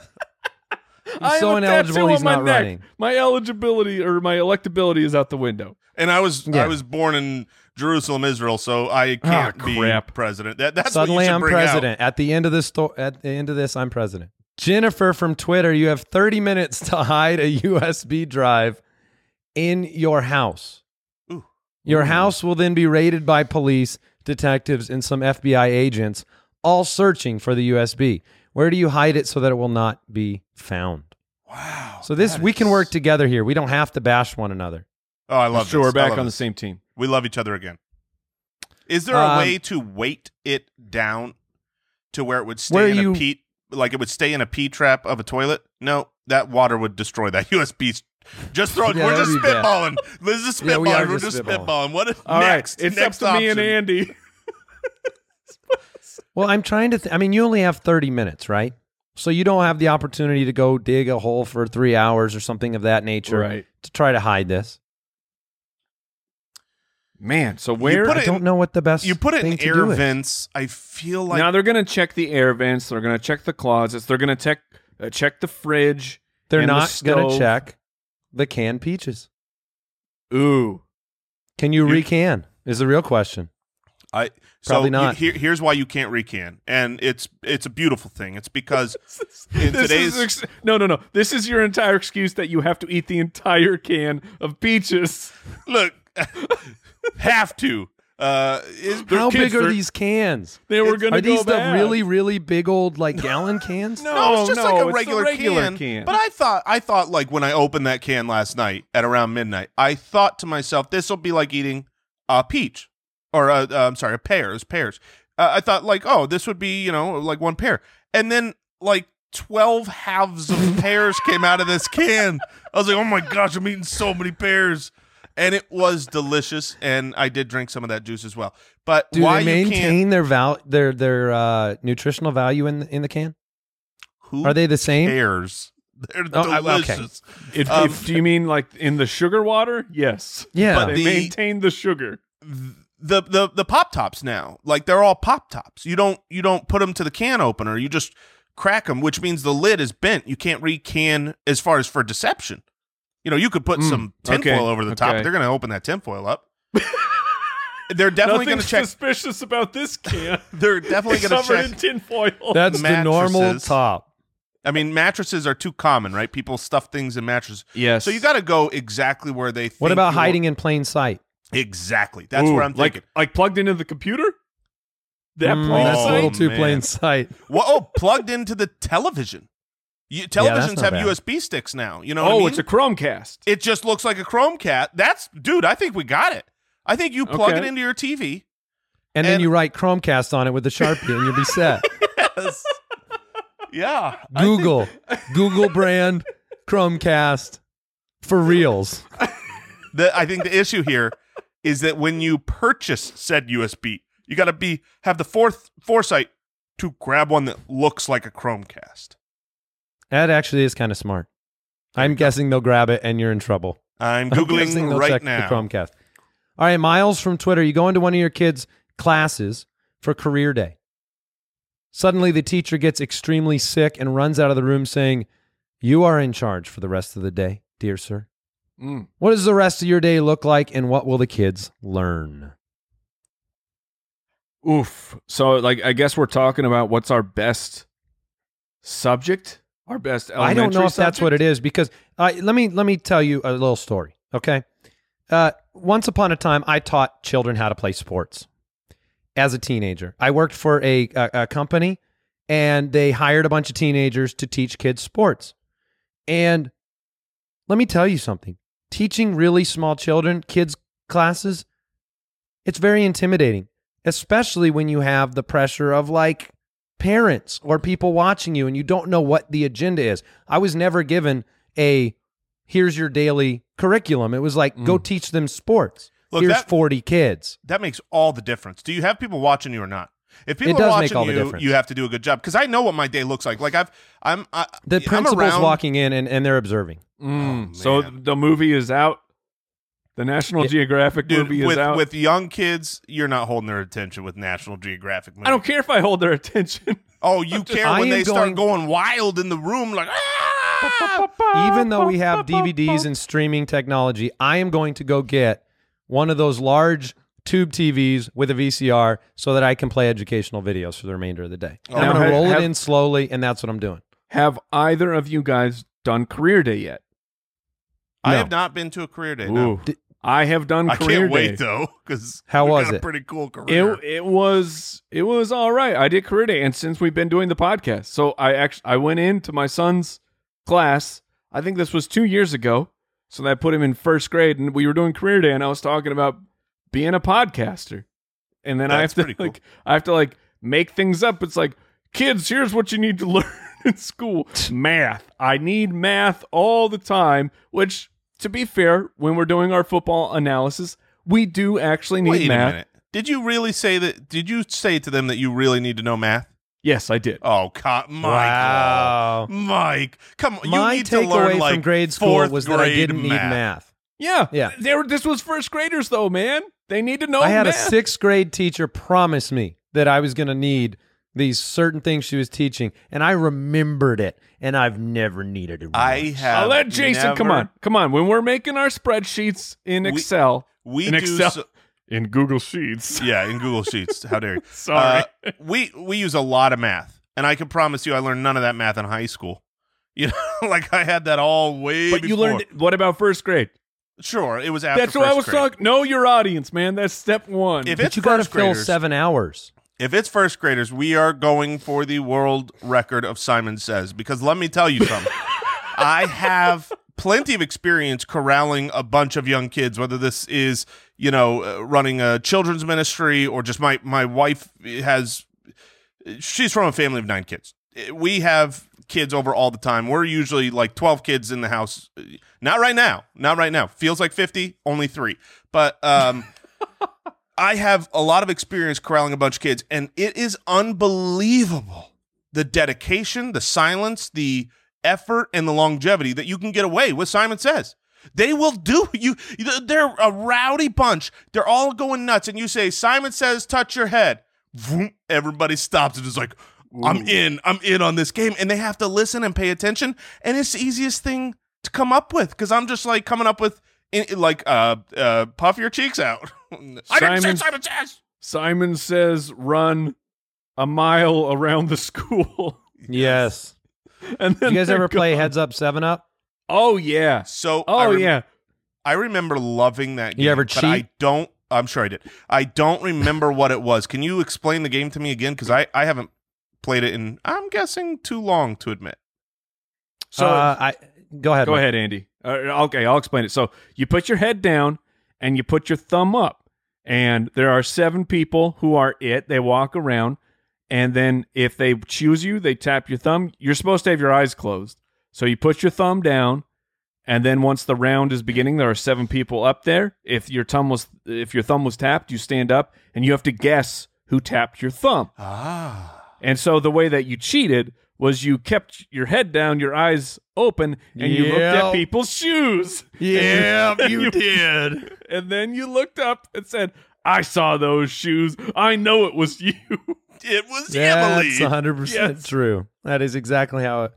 he's I have so a ineligible. tattoo He's on my not neck. running. My eligibility or my electability is out the window. and I was Yeah. I was born in Jerusalem, Israel, so I can't be Ah, crap. president. That that's what Suddenly you should I'm bring Out. president. At the end of this sto- at the end of this, I'm president. Jennifer from Twitter, you have 30 minutes to hide a USB drive in your house. Ooh. Your house will then be raided by police, detectives, and some FBI agents, all searching for the USB. Where do you hide it so that it will not be found? Wow. So this we can work together here. We don't have to bash one another. Oh, I love. sure, this. we're I back love on the this. same team. We love each other again. Is there a Um, way to weight it down to where it would Where stay in you- a P like it would stay in a P trap of a toilet? No, that water would destroy that USB. 's- Just throwing. Yeah, we're just that'd be bad. spitballing. This is Yeah, spitballing. we we are are just just spitballing. spitballing. What is All right, next? it's next up to me and option. Andy. Well, I'm trying to. Th- I mean, you only have 30 minutes, right? So you don't have the opportunity to go dig a hole for three hours or something of that nature Right. to try to hide this. Man, so where- Put I it don't in- know what the best. You put it thing in to air do is. vents. I feel like now they're gonna check the air vents. They're gonna check the closets. They're gonna check uh, check the fridge. They're and the not going to stove. check the canned peaches. Ooh, Can you recan? Is the real question. I Probably so not. You, here, here's why you can't recan, and it's it's a beautiful thing. It's because in This today's is ex- no, no, no. This is your entire excuse that you have to eat the entire can of peaches. look have to. Uh, is, they're How big kids, are they're- these cans? They were gonna Are these go the bad. really, really big old like gallon cans? No, No, it's just like no, a the regular, can. But I thought I thought like when I opened that can last night at around midnight, I thought to myself, this will be like eating a peach or a, uh, I'm sorry, a pear. It's pears. Uh, I thought like, oh, this would be you know like one pear, and then like. 12 halves of pears came out of this can. I was like, oh my gosh, I'm eating so many pears. And it was delicious. And I did drink some of that juice as well. But Do why they you can't, maintain their val their their uh, nutritional value in in the can? who Are they the same? cares? They're Oh, I- okay. delicious. If, Um, if- do you mean like in the sugar water? Yes. Yeah. But they The- maintain the sugar. the the the pop tops now like they're all pop tops you don't you don't put them to the can opener you just crack them which means the lid is bent you can't recan as far as for deception you know you could put Mm, some tinfoil okay, over the top okay. they're gonna open that tinfoil up they're definitely gonna Nothing's check suspicious about this can. they're definitely it's gonna covered check in tinfoil. That's the normal Mattresses. top. i mean mattresses are too common right people stuff things in mattresses yes. so you gotta go exactly where they think What about you want- hiding in plain sight? exactly that's Ooh, where i'm like, thinking Like plugged into the computer? That Mm, plain that's a little sight? too Oh, man. plain sight. Well, oh, plugged into the television. You, televisions not have bad. USB sticks now. You know, what I Oh, mean? it's a Chromecast. it just looks like a Chromecast. That's dude. I think we got it. I think you plug Okay. it into your TV. And, then And- you write Chromecast on it with the Sharpie and you'll be set. Yeah, I think- Google, Google brand Chromecast for reals. the, I think the issue here is that when you purchase said USB, you got to be have the fourth foresight to grab one that looks like a Chromecast. That actually is kind of smart. I'm guessing they'll grab it and you're in trouble. I'm I'm guessing googling they'll right check now. The Chromecast. All right, Miles from Twitter, you go into one of your kids' classes for career day. Suddenly, the teacher gets extremely sick and runs out of the room saying, You are in charge for the rest of the day, dear sir. Mm. What does the rest of your day look like and what will the kids learn? Oof. So, like, I guess we're talking about what's our best subject, our best. I don't know elementary if that's what it subject? is because uh, let me let me tell you a little story. Okay, uh, once upon a time, I taught children how to play sports as a teenager. I worked for a, a, a company, and they hired a bunch of teenagers to teach kids sports. And let me tell you something: teaching really small children kids classes, it's very intimidating, especially when you have the pressure of like parents or people watching you and you don't know what the agenda is. I was never given a here's your daily curriculum. It was like go teach them sports. Mm. Look, here's that- 40 kids. That makes all the difference. Do you have people watching you or not? If It people does are make watching all the you, difference. you have to do a good job because I know what my day looks like. Like I've, I'm, I, The I'm principal's around. walking in and, and they're observing. Mm, Oh, so man. the movie is out. The National Geographic Dude, movie with is out. with young kids, you're not holding their attention with National Geographic. Movies. I don't care if I hold their attention. Oh, you care I when am they start going- going wild in the room, like ah! Even though we have DVDs and streaming technology, I am going to go get one of those large tube TVs with a VCR so that I can play educational videos for the remainder of the day. And I'm Now, going to have- roll have- it in slowly, and that's what I'm doing. Have either of you guys done career day yet? I No. have not been to a career day. no. Ooh. I have done I career can't wait day. though because How we was got a it? pretty cool career. It it was it was all right. I did career day, and since we've been doing the podcast, so I actually I went into my son's class. I think this was two years ago, so that put him in first grade, and we were doing career day, and I was talking about being a podcaster, and then I That's have to pretty cool. like I have to like make things up. It's like kids, here's what you need to learn in school: math. I need math all the time. Which, to be fair, when we're doing our football analysis, we do actually need wait math. a minute. Did you really say that? Did you say to them that you really need to know math? Yes, I did. Oh, God, Mike! Wow. Mike, come on! My you need to learn takeaway like from grade school fourth was that I grade didn't math. need math. Yeah, Yeah. They were. This was first graders, though, man. They need to know. I had math. a sixth grade teacher promise me that I was going to need these certain things she was teaching, and I remembered it, and I've never needed it. I once. have. I'll let Jason. Come never- on, come on. When we're making our spreadsheets in We- Excel, We in do. Excel, so- in Google Sheets. yeah, in Google Sheets. How dare you? Sorry. Uh, we we use a lot of math, and I can promise you, I learned none of that math in high school. You know, like I had that all way. but you before. learned. What about first grade? Sure, it was after. That's what I first was grade. talking. Know your audience, man. That's step one. If But it's you got to first fill graders, seven hours. if it's first graders, we are going for the world record of Simon Says because let me tell you something. I have plenty of experience corralling a bunch of young kids, whether this is you know uh, running a children's ministry or just my my wife has. She's from a family of nine kids. We have kids over all the time. We're usually like twelve kids in the house. Not right now. Not right now. Feels like fifty. Only three. But um. I have a lot of experience corralling a bunch of kids, and it is unbelievable the dedication, the silence, the effort, and the longevity that you can get away with. Simon says they will do you. you- They're a rowdy bunch. They're all going nuts, and you say, "Simon says, touch your head." Vroom, everybody stops and is like, "I'm in. I'm in on this game," and they have to listen and pay attention. And it's the easiest thing to come up with because I'm just like coming up with. In, like uh uh puff your cheeks out I didn't say Simon- Simon Says. Simon says run a mile around the school, Yes. and then You guys they're ever play gone. Heads Up, Seven Up? Oh yeah. So I Oh rem- yeah. I remember loving that. You game, ever But I cheat? don't. I'm sure I did. I don't remember what it was. Can you explain the game to me again? Because I I haven't played it in. I'm guessing too long to admit. So uh, I go ahead. Go Mike. ahead, Andy. Uh, okay, I'll explain it. So you put your head down and you put your thumb up, and there are seven people who are it. They walk around, and then if they choose you, they tap your thumb. You're supposed to have your eyes closed. So you put your thumb down, and then once the round is beginning, there are seven people up there. If your thumb was if your thumb was tapped, you stand up and you have to guess who tapped your thumb. Ah. And so the way that you cheated was you kept your head down, your eyes open, and you looked Yeah. at people's shoes. Yeah, you, did. And then you looked up and said, I saw those shoes. I know it was you. It was That's Emily. 100% Yes. true. That is exactly how it.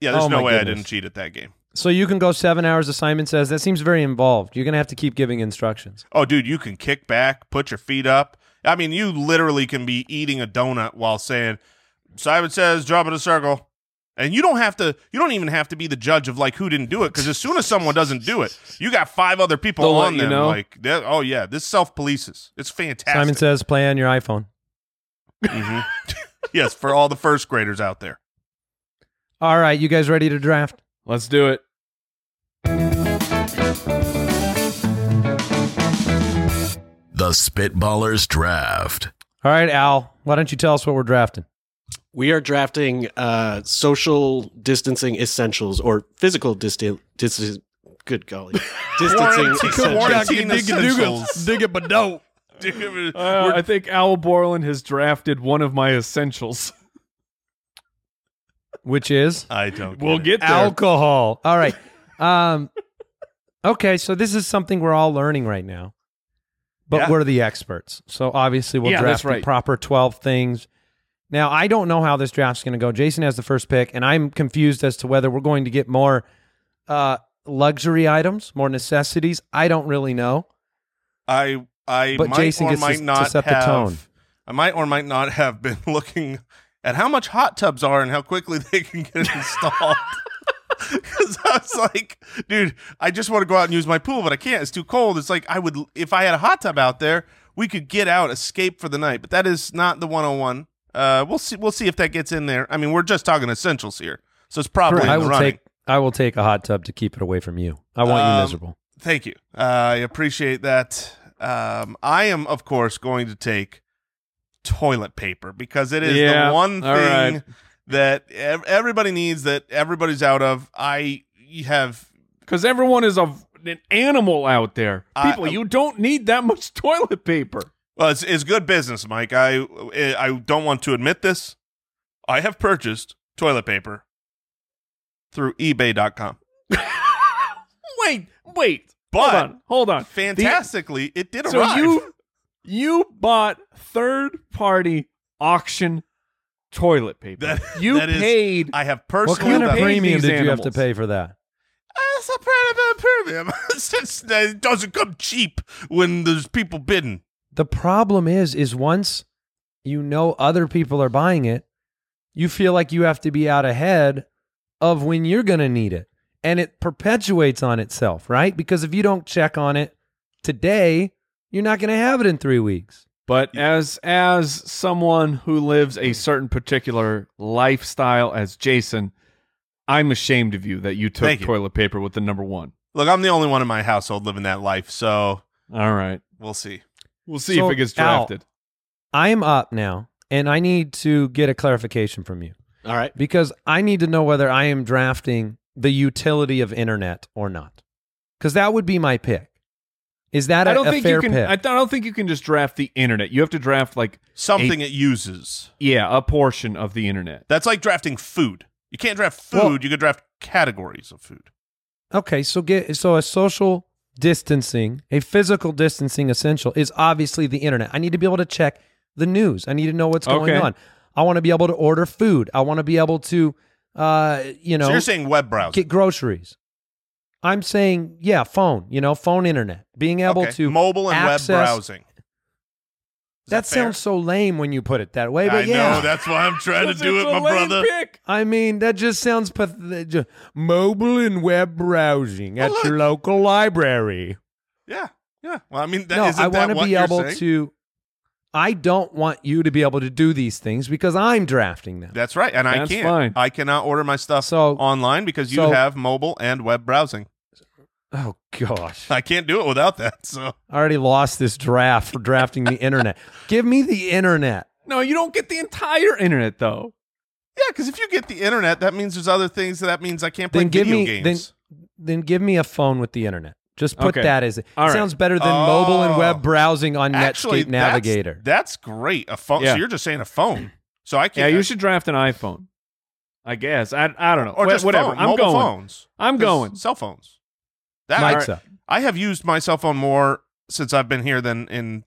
yeah, there's Oh no my way I goodness. didn't cheat at that game. So you can go seven hours, as Simon says. That seems very involved. You're going to have to keep giving instructions. Oh, dude, you can kick back, put your feet up. I mean, you literally can be eating a donut while saying, Simon says, drop in a circle. And you don't have to, you don't even have to be the judge of like who didn't do it. Cause as soon as someone doesn't do it, you got five other people They'll let on you them. know. Like, they're- oh yeah, this self polices. It's fantastic. Simon says, play on your iPhone. Mhm. yes, for all the first graders out there. All right, you guys ready to draft? Let's do it. The Spitballers Draft. All right, Al, why don't you tell us what we're drafting? We are drafting uh, social distancing essentials or physical distan- distance. Good golly, distancing Warranty- essentials. warranty essentials. Dig it, but don't. Dude, Uh, I think Al Borland has drafted one of my essentials. which is I don't. We'll it. get there. alcohol. All right. Um, okay, so this is something we're all learning right now, but Yeah. we're the experts. So obviously, we'll Yeah, draft that's the right. proper twelve things. Now, I don't know how this draft's going to go. Jason has the first pick, and I'm confused as to whether we're going to get more uh, luxury items, more necessities. I don't really know. I I But might Jason or gets to- might to not set the have, tone. I might or might not have been looking at how much hot tubs are and how quickly they can get installed. Because I was like, dude, I just want to go out and use my pool, but I can't. It's too cold. It's like I would if I had a hot tub out there, we could get out, escape for the night. But that is not the 101. Uh, we'll see. We'll see if that gets in there. I mean, we're just talking essentials here, so it's probably in I the will running. take I will take a hot tub to keep it away from you. I want you Um, miserable. Thank you. Uh, I appreciate that. Um, I am, of course, going to take toilet paper because it is Yeah, the one all thing right. that ev- everybody needs that everybody's out of. I have. Because everyone is a, an animal out there. I- People, you don't need that much toilet paper. Well, it's, it's good business, Mike. I I don't want to admit this. I have purchased toilet paper through eBay.com. Wait, wait. But hold on. Hold on. The- fantastically, it did so arrive. you you bought third party auction toilet paper. That- you that is- paid I have What personally. kind of paid premium these did you have to animals. pay for that? That's a pretty big premium. Since uh, it doesn't come cheap when there's people bidding. The problem is, is once you know other people are buying it, you feel like you have to be out ahead of when you're going to need it. And it perpetuates on itself, right? Because if you don't check on it today, you're not going to have it in three weeks. But as as someone who lives a certain particular lifestyle as Jason, I'm ashamed of you that you took Thank you. toilet paper with the number one. Look, I'm the only one in my household living that life, so All right. we'll see. We'll see So, if it gets Al- drafted. I'm up now and I need to get a clarification from you All right. because I need to know whether I am drafting the utility of internet or not. Because that would be my pick. Is that a I don't a think fair you can pick? I don't think you can just draft the internet. You have to draft like Something it uses. yeah, a portion of the internet. That's like drafting food. You can't draft food, Well- you can draft categories of food. Okay, so get so a social distancing, a physical distancing essential is obviously the internet. I need to be able to check the news. I need to know what's going Okay. on. I want to be able to order food. I want to be able to uh, you know, so you're saying web browsing. get groceries. I'm saying, yeah, phone, you know, phone internet. Being able Okay, to mobile and access- web browsing. Is That, fair? sounds so lame when you put it that way, I but yeah. know, that's why I'm trying to do it, my brother. I mean, that just sounds path- ju- mobile and web browsing at Well, your local library. Yeah. Yeah. Well, I mean, that, no, isn't I that want to what be you're able saying? to. I don't want you to be able to do these things because I'm drafting them. That's right, and I That's can't. fine. I cannot order my stuff So- online because you so- have mobile and web browsing. oh gosh, I I can't do it without that. So already lost this draft for drafting the internet. Give me the internet. No, you don't get the entire internet though. Yeah, because if you get the internet, that means there's other things. That means I can't play Then give video me games. then then give me a phone with the internet. Just put Okay. that as it All right. sounds better than mobile and Oh. web browsing on Actually, Netscape that's- Navigator. That's, great. A phone. Yeah. So you're just saying a phone. So I Yeah, can't. you should draft an iPhone. I guess. I I don't know. Or Wha- just whatever. phone, I'm mobile going. phones. I'm There's going. Cell phones. That Mike's I, up. I have used my cell phone more since I've been here than in.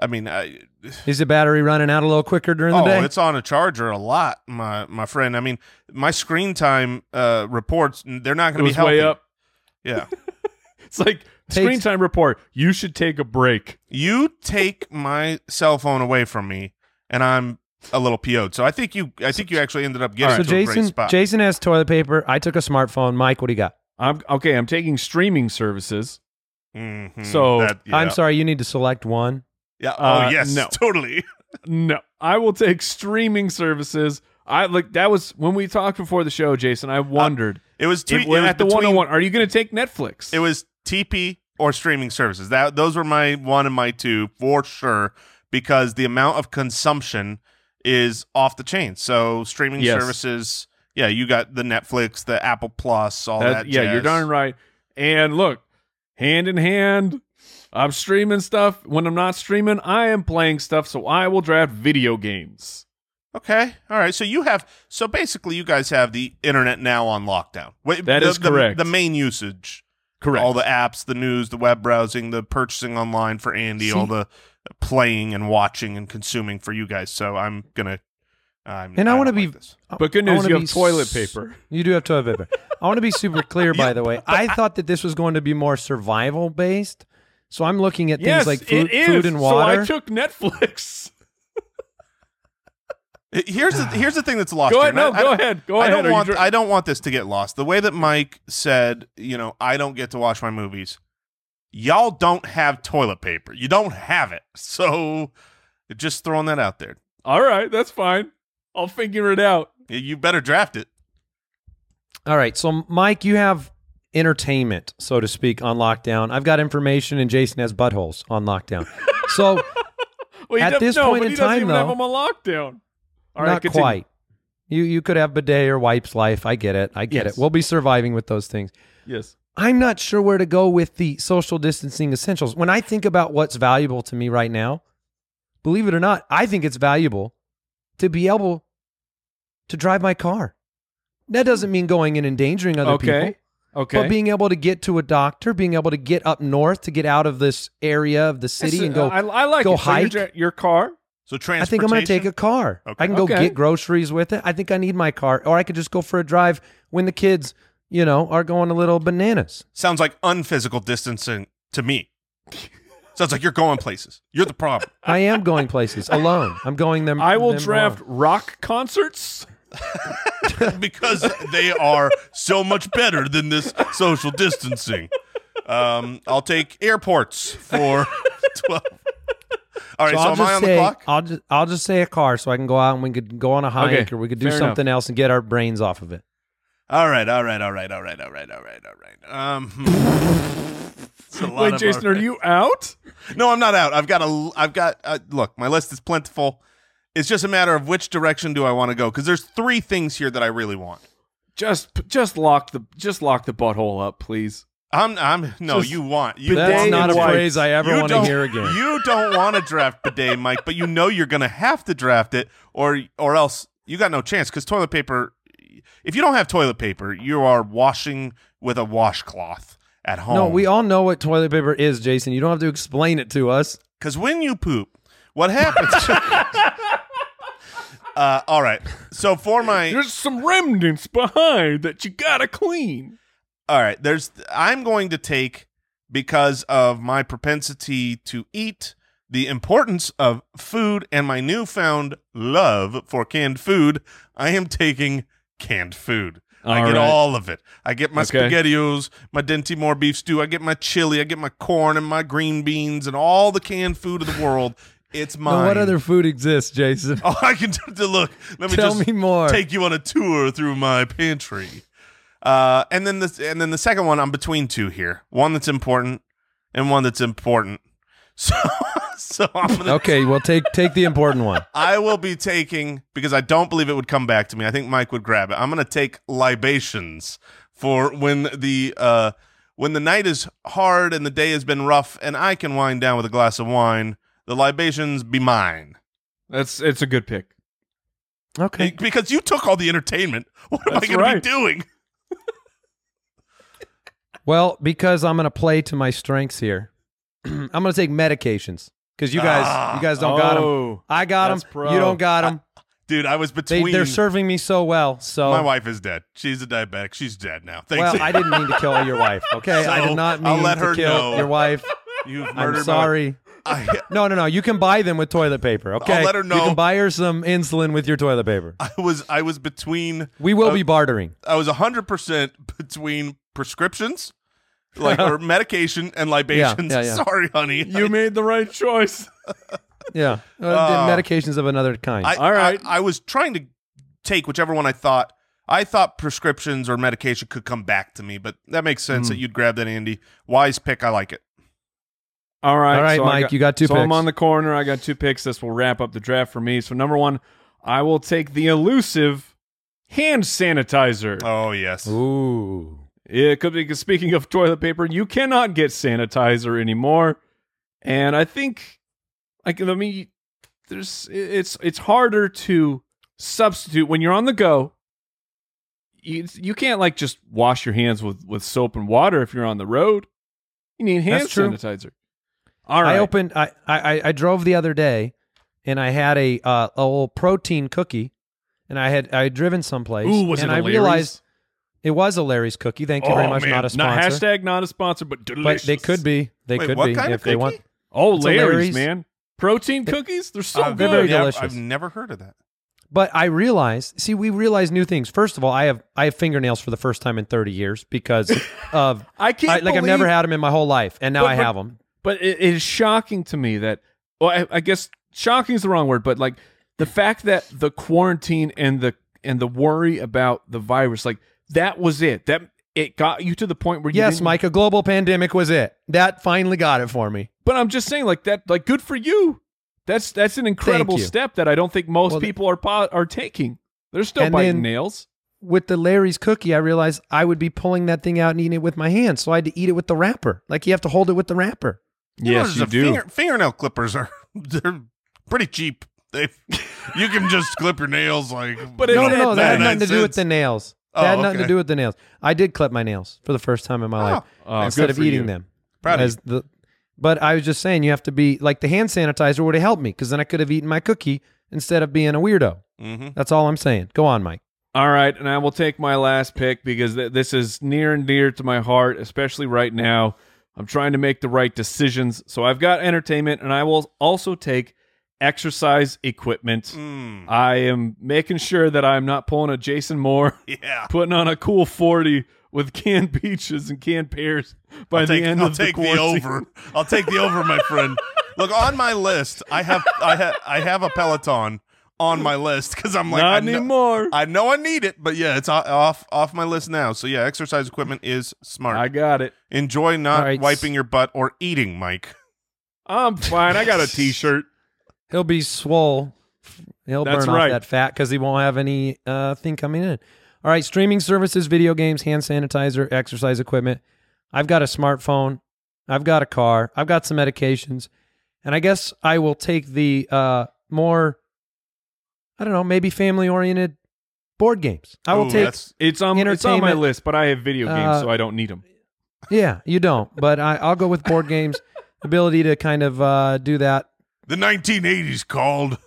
I mean, I, Is the battery running out a little quicker during oh, the day? it's on a charger a lot, my my friend. I mean, my screen time uh, reports they're not It going to be was helping. way up. Yeah, It's like Takes- screen time report. You should take a break. you take my cell phone away from me, and I'm a little PO'd. So I think you, I think you actually ended up getting so to a great Jason, spot. Jason has toilet paper. I took a smartphone. Mike, what do you got? I'm okay. I'm taking streaming services. Mhm, So, yeah. I'm sorry, you need to select one. Yeah. Oh Uh, yes. no. Totally. No, I will take streaming services. I like that was when we talked before the show, Jason. I wondered It was, if tweet- we're it was at the Uh, between- 101. Are you going to take Netflix? It was TP or streaming services. That those were my one and my two for sure because the amount of consumption is off the chain. So streaming Yes. services. Yeah, you got the Netflix, the Apple Plus, all That- that. yeah, you're jazz. darn right. And look, hand in hand, I'm streaming stuff. When I'm not streaming, I am playing stuff, so I will draft video games. Okay. All right. So you have so basically you guys have the internet now on lockdown. Wait, That the, is the- correct. The, main usage. Correct. All the apps, the news, the web browsing, the purchasing online for Andy, all the playing and watching and consuming for you guys. So I'm gonna. I'm, And I don't wanna be- like this. But good I news, wanna you be have toilet s- paper. You do have toilet paper. I want to be super clear, by the way. I thought that this was going to be more survival based, so I'm looking at things yes, like food, it is. food and water. So I took Netflix. Here's the here's the thing that's lost. Go here, ahead, and I- no, I go don't- ahead, go I ahead. don't Are you want dr- I don't want this to get lost. The way that Mike said, you know, I don't get to watch my movies. Y'all don't have toilet paper. You don't have it. So just throwing that out there. All right, that's fine. I'll figure it out. You better draft it. All right, so Mike, you have entertainment, so to speak, on lockdown. I've got information, and Jason has buttholes on lockdown. So Well, he At doesn't- this no, point but in he doesn't time, even have though- him on lockdown. All right, not continue. quite. You you could have bidet or wipes life. I get it. I get Yes. it. We'll be surviving with those things. Yes. I'm not sure where to go with the social distancing essentials. When I think about what's valuable to me right now, believe it or not, I think it's valuable to be able to drive my car. That doesn't mean going and endangering other okay. people, Okay. but being able to get to a doctor, being able to get up north to get out of this area of the city Yes, and go. I, I like go it. So you're hike. dra- your car. So I transportation. think I'm going to take a car. Okay. I can go Okay. get groceries with it. I think I need my car, or I could just go for a drive when the kids, you know, are going a little bananas. Sounds like unphysical distancing to me. Sounds like you're going places. You're the problem. I am going places alone. I'm going them. I will them draft alone. rock concerts. because they are so much better than this social distancing. Um, I'll take airports for 12. All right, so, I'll am I on say, the clock? I'll just I'll just say a car, so I can go out and we could go on a hike, Okay, or we could do fair something else and get our brains off of it. All right, all right, all right, all right, all right, all right, all right. Um, hmm. It's a lot Wait, of Jason, our- are you out? No, I'm not out. I've got a. I've got. Uh, look, my list is plentiful. It's just a matter of which direction do I want to go because there's three things here that I really want. Just just lock the just lock the butthole up, please. I'm. I'm. No, Just you want. You bidet want That's and not a wipes. phrase I ever You want to don't- hear again. You don't want to draft bidet, Mike, but you know you're going to have to draft it, or or else you got no chance because toilet paper. If you don't have toilet paper, you are washing with a washcloth at home. No, we all know what toilet paper is, Jason. You don't have to explain it to us. Because when you poop, what happens? uh, all right. So for my There's some remnants behind that you gotta clean. all right there's i'm going to take because of my propensity to eat the importance of food and my newfound love for canned food i am taking canned food I All get right. all of it. I get my Okay. spaghettios, my dentimore beef stew. I get my chili. I get my corn and my green beans and all the canned food of the world. It's mine. Now, what other food exists, Jason? Oh, I can do to look. Let me Tell just me more. Take you on a tour through my pantry. Uh, and then the and then the second one, I'm between two here. One that's important and one that's important. So so I'm gonna Okay, well take take the important one. I will be taking because I don't believe it would come back to me. I think Mike would grab it. I'm going to take libations for when the uh, when the night is hard and the day has been rough, and I can wind down with a glass of wine. The libations be mine. That's it's a good pick. Okay. Because you took all the entertainment. What am I That's going right. to be doing? Well, because I'm going to play to my strengths here. I'm going to take medications because you guys, Ah, you guys don't got 'em. got them. Oh. I got that's them. pro. You don't got them. Dude, I was They, between. they're serving me so well. So, my wife is dead. She's a diabetic. She's dead now. Thanks. Oh. well, I didn't mean to kill your wife. Okay, I So, did not mean I'll let her to kill know. your wife. You've murdered I'm sorry. My, I, No, no, no. You can buy them with toilet paper. Okay, let her You know. can buy her some insulin with your toilet paper. I was I was between. We will Uh, be bartering. I was hundred percent between prescriptions, like or medication and libations. yeah, yeah. Sorry, honey. You made the right choice. Yeah, uh, Uh, medications of another kind. I, All right. I, I was trying to take whichever one I thought. I thought prescriptions or medication could come back to me, but that makes sense Hmm. that you'd grab that, Andy. Wise pick. I like it. All right, All right, I Mike, you got two So I'm picks. on the corner. I got two picks. This will wrap up the draft for me. So number one, I will take the elusive hand sanitizer. Oh yes. Ooh. Yeah, it could be. 'cause Speaking of toilet paper, you cannot get sanitizer anymore, and I think, like, I mean, there's it's it's harder to substitute when you're on the go. You you can't like just wash your hands with with soap and water if you're on the road. You need hand That's true. sanitizer. All right, I opened. I, I I- I drove the other day, and I had a uh, a little protein cookie, and I had I had driven someplace. Ooh, was and it a I Larry's? realized it was a Larry's cookie. Thank you very Oh, much. man. Not a sponsor, hashtag not a sponsor, but but delicious. they could be. They Wait, could what be kind if of they cookie? want. Oh, It's a Larry's, Larry's. man. Protein cookies, they're so Uh, good. they're very yeah, delicious. I've never heard of that. But I realized, see, we realize new things. First of all, I have I have fingernails for the first time in thirty years because of I can't I, like I've never believe- had them in my whole life, and now But- I but- have them. But it, it is shocking to me that, well, I, I guess shocking is the wrong word, but like the fact that the quarantine and the and the worry about the virus, like that was it. That it got you to the point where you Yes, didn't- Mike, a global pandemic was it. That finally got it for me. But I'm just saying, like that, like good for you. That's that's an incredible you. step that I don't think most Well, th- people are po- are taking. They're still And biting then- nails. With the Larry's cookie, I realized I would be pulling that thing out and eating it with my hands, so I had to eat it with the wrapper. Like you have to hold it with the wrapper. Yes, There's you a do. Finger, fingernail clippers are they're pretty cheap. They you can just clip your nails like But you it's No, know, no, no, that had nine nothing to do with cents. the nails. Oh, That had nothing to okay. do with the nails. I did clip my nails for the first time in my life Oh, instead good of for eating you. them. Proud of As the, but I was just saying, you have to be like the hand sanitizer would have helped me because then I could have eaten my cookie instead of being a weirdo. Mm-hmm. Mhm. That's all I'm saying. Go on, Mike. All right, and I will take my last pick because th- this is near and dear to my heart, especially right now. I'm trying to make the right decisions, so I've got entertainment, and I will also take exercise equipment. Mm, I am making sure that I'm not pulling a Jason Moore, yeah. putting on a cool 40 with canned peaches and canned pears by I'll the take, end I'll of take the the, quarantine. over. I'll take the over, my friend. Look on my list. I have I have I have a Peloton on my list because I'm like Not I know, anymore. I know I need it, but yeah, it's o- off off my list now. So yeah, exercise equipment is smart. I got it. Enjoy not All right. wiping your butt or eating, Mike. I'm fine. I got a T-shirt. He'll be swole. He'll That's burn right. off that fat because he won't have any uh, thing coming in. All right, streaming services, video games, hand sanitizer, exercise equipment. I've got a smartphone. I've got a car. I've got some medications, and I guess I will take the uh, more. I don't know, maybe family-oriented board games. I will Ooh, take. that's- It's on. It's on my Entertainment. list, but I have video games, Uh, so I don't need them. Yeah, you don't, but I, I'll go with board games. Ability to kind of uh, do that. The 1980s called.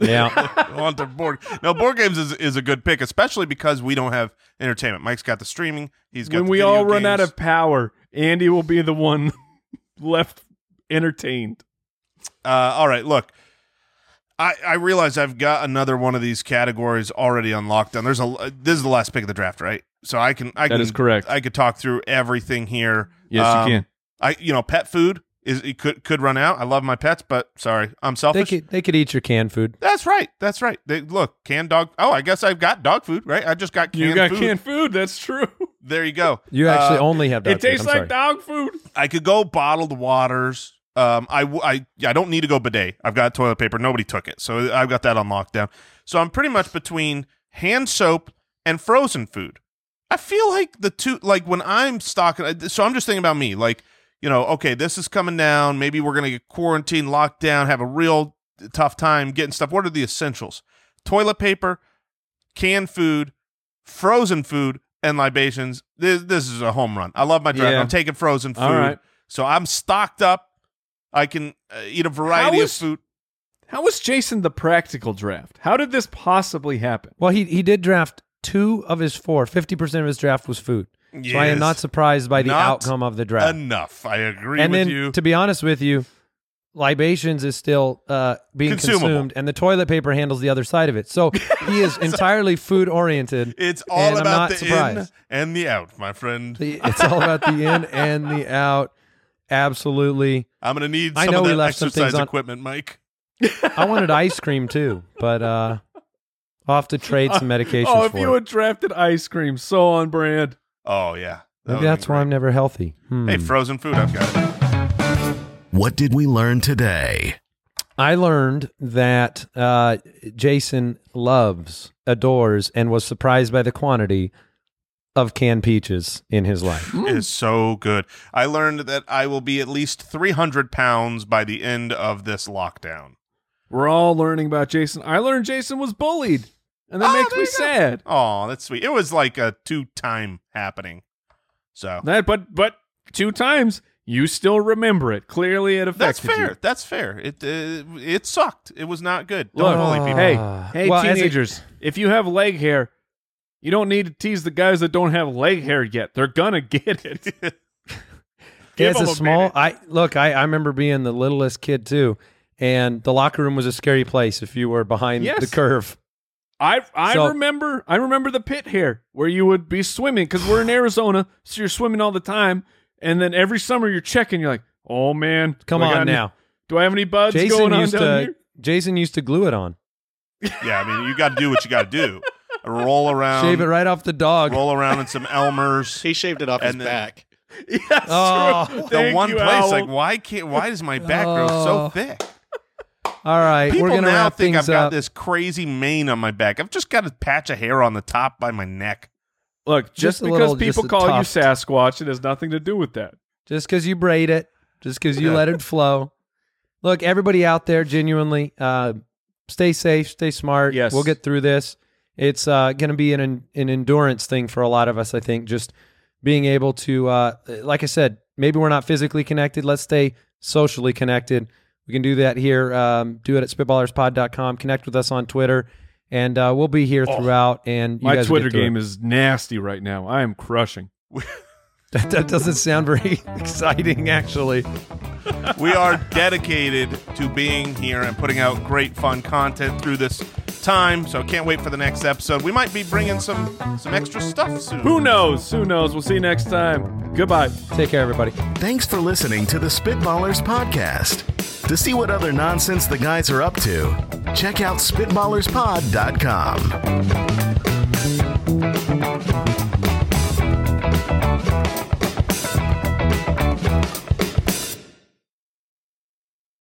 Yeah. on the board. Now, board games is, is a good pick, especially because we don't have entertainment. Mike's got the streaming. He's got when the we video all run out games. of power, Andy will be the one left entertained. Uh, all right, look. I, I realize I've got another one of these categories already on lockdown. There's a this is the last pick of the draft, right? So I can I That can is correct. I could talk through everything here. Yes, Um, you can. I you know pet food is it could could run out. I love my pets, but sorry, I'm they selfish. could they could eat your canned food. That's right. That's right. They, look, canned dog. Oh, I guess I've got dog food, right? I just got canned You got food. canned food. That's true. There you go. You actually Uh, only have dog it tastes food. I'm like sorry. dog food. I could go bottled waters. Um, I, w- I, I don't need to go bidet. I've got toilet paper. Nobody took it. So I've got that on lockdown. So I'm pretty much between hand soap and frozen food. I feel like the two, like when I'm stocking, so I'm just thinking about me. Like, you know, okay, this is coming down. Maybe we're going to get quarantined, locked down, have a real tough time getting stuff. What are the essentials? Toilet paper, canned food, frozen food, and libations. This, this is a home run. I love my draft. Yeah. I'm taking frozen food. All right. So I'm stocked up. I can uh, eat a variety How of is- food. How was Jason the practical draft? How did this possibly happen? Well, he he did draft two of his four. Fifty percent of his draft was food. So I am Yes. not surprised by the Not outcome of the draft. Enough. I agree and with then you. to be honest with you, libations is still uh, being Consumable. consumed, and the toilet paper handles the other side of it. So he is entirely food oriented. it's all and I'm about not the in surprised. and the out, my friend. It's all about the in and the out. Absolutely. I'm going to need I some know of we that left some exercise things on- equipment, Mike. I wanted ice cream too, but uh, I'll have to trade some medications oh, if for you it. had drafted ice cream, so on brand. Oh, yeah. That Maybe would've that's been why I'm never healthy. Hmm. great. Hey, frozen food. I've got it. What did we learn today? I learned that uh, Jason loves, adores, and was surprised by the quantity of canned peaches in his life. is so good. I learned that I will be at least 300 pounds by the end of this lockdown. We're all learning about Jason. I learned Jason was bullied, and that Oh, makes there me you go. sad. Oh, that's sweet. It was like a two time happening. So That, but but two times you still remember it. Clearly, it that's affected fair. you. That's fair. It uh, it sucked. It was not good. Don't bully people. Hey, Ah. hey, Well, as a- teenagers! if you have leg hair, you don't need to tease the guys that don't have leg hair yet. They're gonna get it. Give As a him a small, minute. I look, I, I remember being the littlest kid too, and the locker room was a scary place if you were behind Yes. the curve. I I So- remember I remember the pit hair where you would be swimming because we're in Arizona, so you're swimming all the time, and then every summer you're checking. You're like, oh man, Come do I got on any- now, do I have any buds Jason going on used down to here? Jason used to glue it on, Yeah, I mean, you got to do what you got to do. Roll around, shave it right off the dog. roll around in some Elmer's. He shaved it off his And then- back. Yes, true. Oh. the Thank one you, place, Owl. like, why can't? Why does my back grow Oh. so thick? All right, People we're gonna now wrap think things I've got up. this crazy mane on my back. I've just got a patch of hair on the top by my neck. look, Just just, a because little- people just a call tuft. you Sasquatch, it has nothing to do with that. just because you braid it, just because you Yeah. let it flow. Look, everybody out there, genuinely, uh, stay safe, stay smart. Yes. we'll get through this. It's uh, going to be an an endurance thing for a lot of us, I think. Just being able to, uh, like I said, maybe we're not physically connected. Let's stay socially connected. We can do that here. Um, do it at spitballerspod.com. Connect with us on Twitter, and uh, we'll be here throughout. And you Oh, My guys will Twitter get through game it. is nasty right now. I am crushing. that doesn't sound very exciting, actually. We are dedicated to being here and putting out great fun content through this time. So can't wait for the next episode. We might be bringing some some extra stuff soon. Who knows? Who knows? We'll see you next time. Goodbye. Take care, everybody. Thanks for listening to the Spitballers Podcast. To see what other nonsense the guys are up to, check out SpitballersPod.com.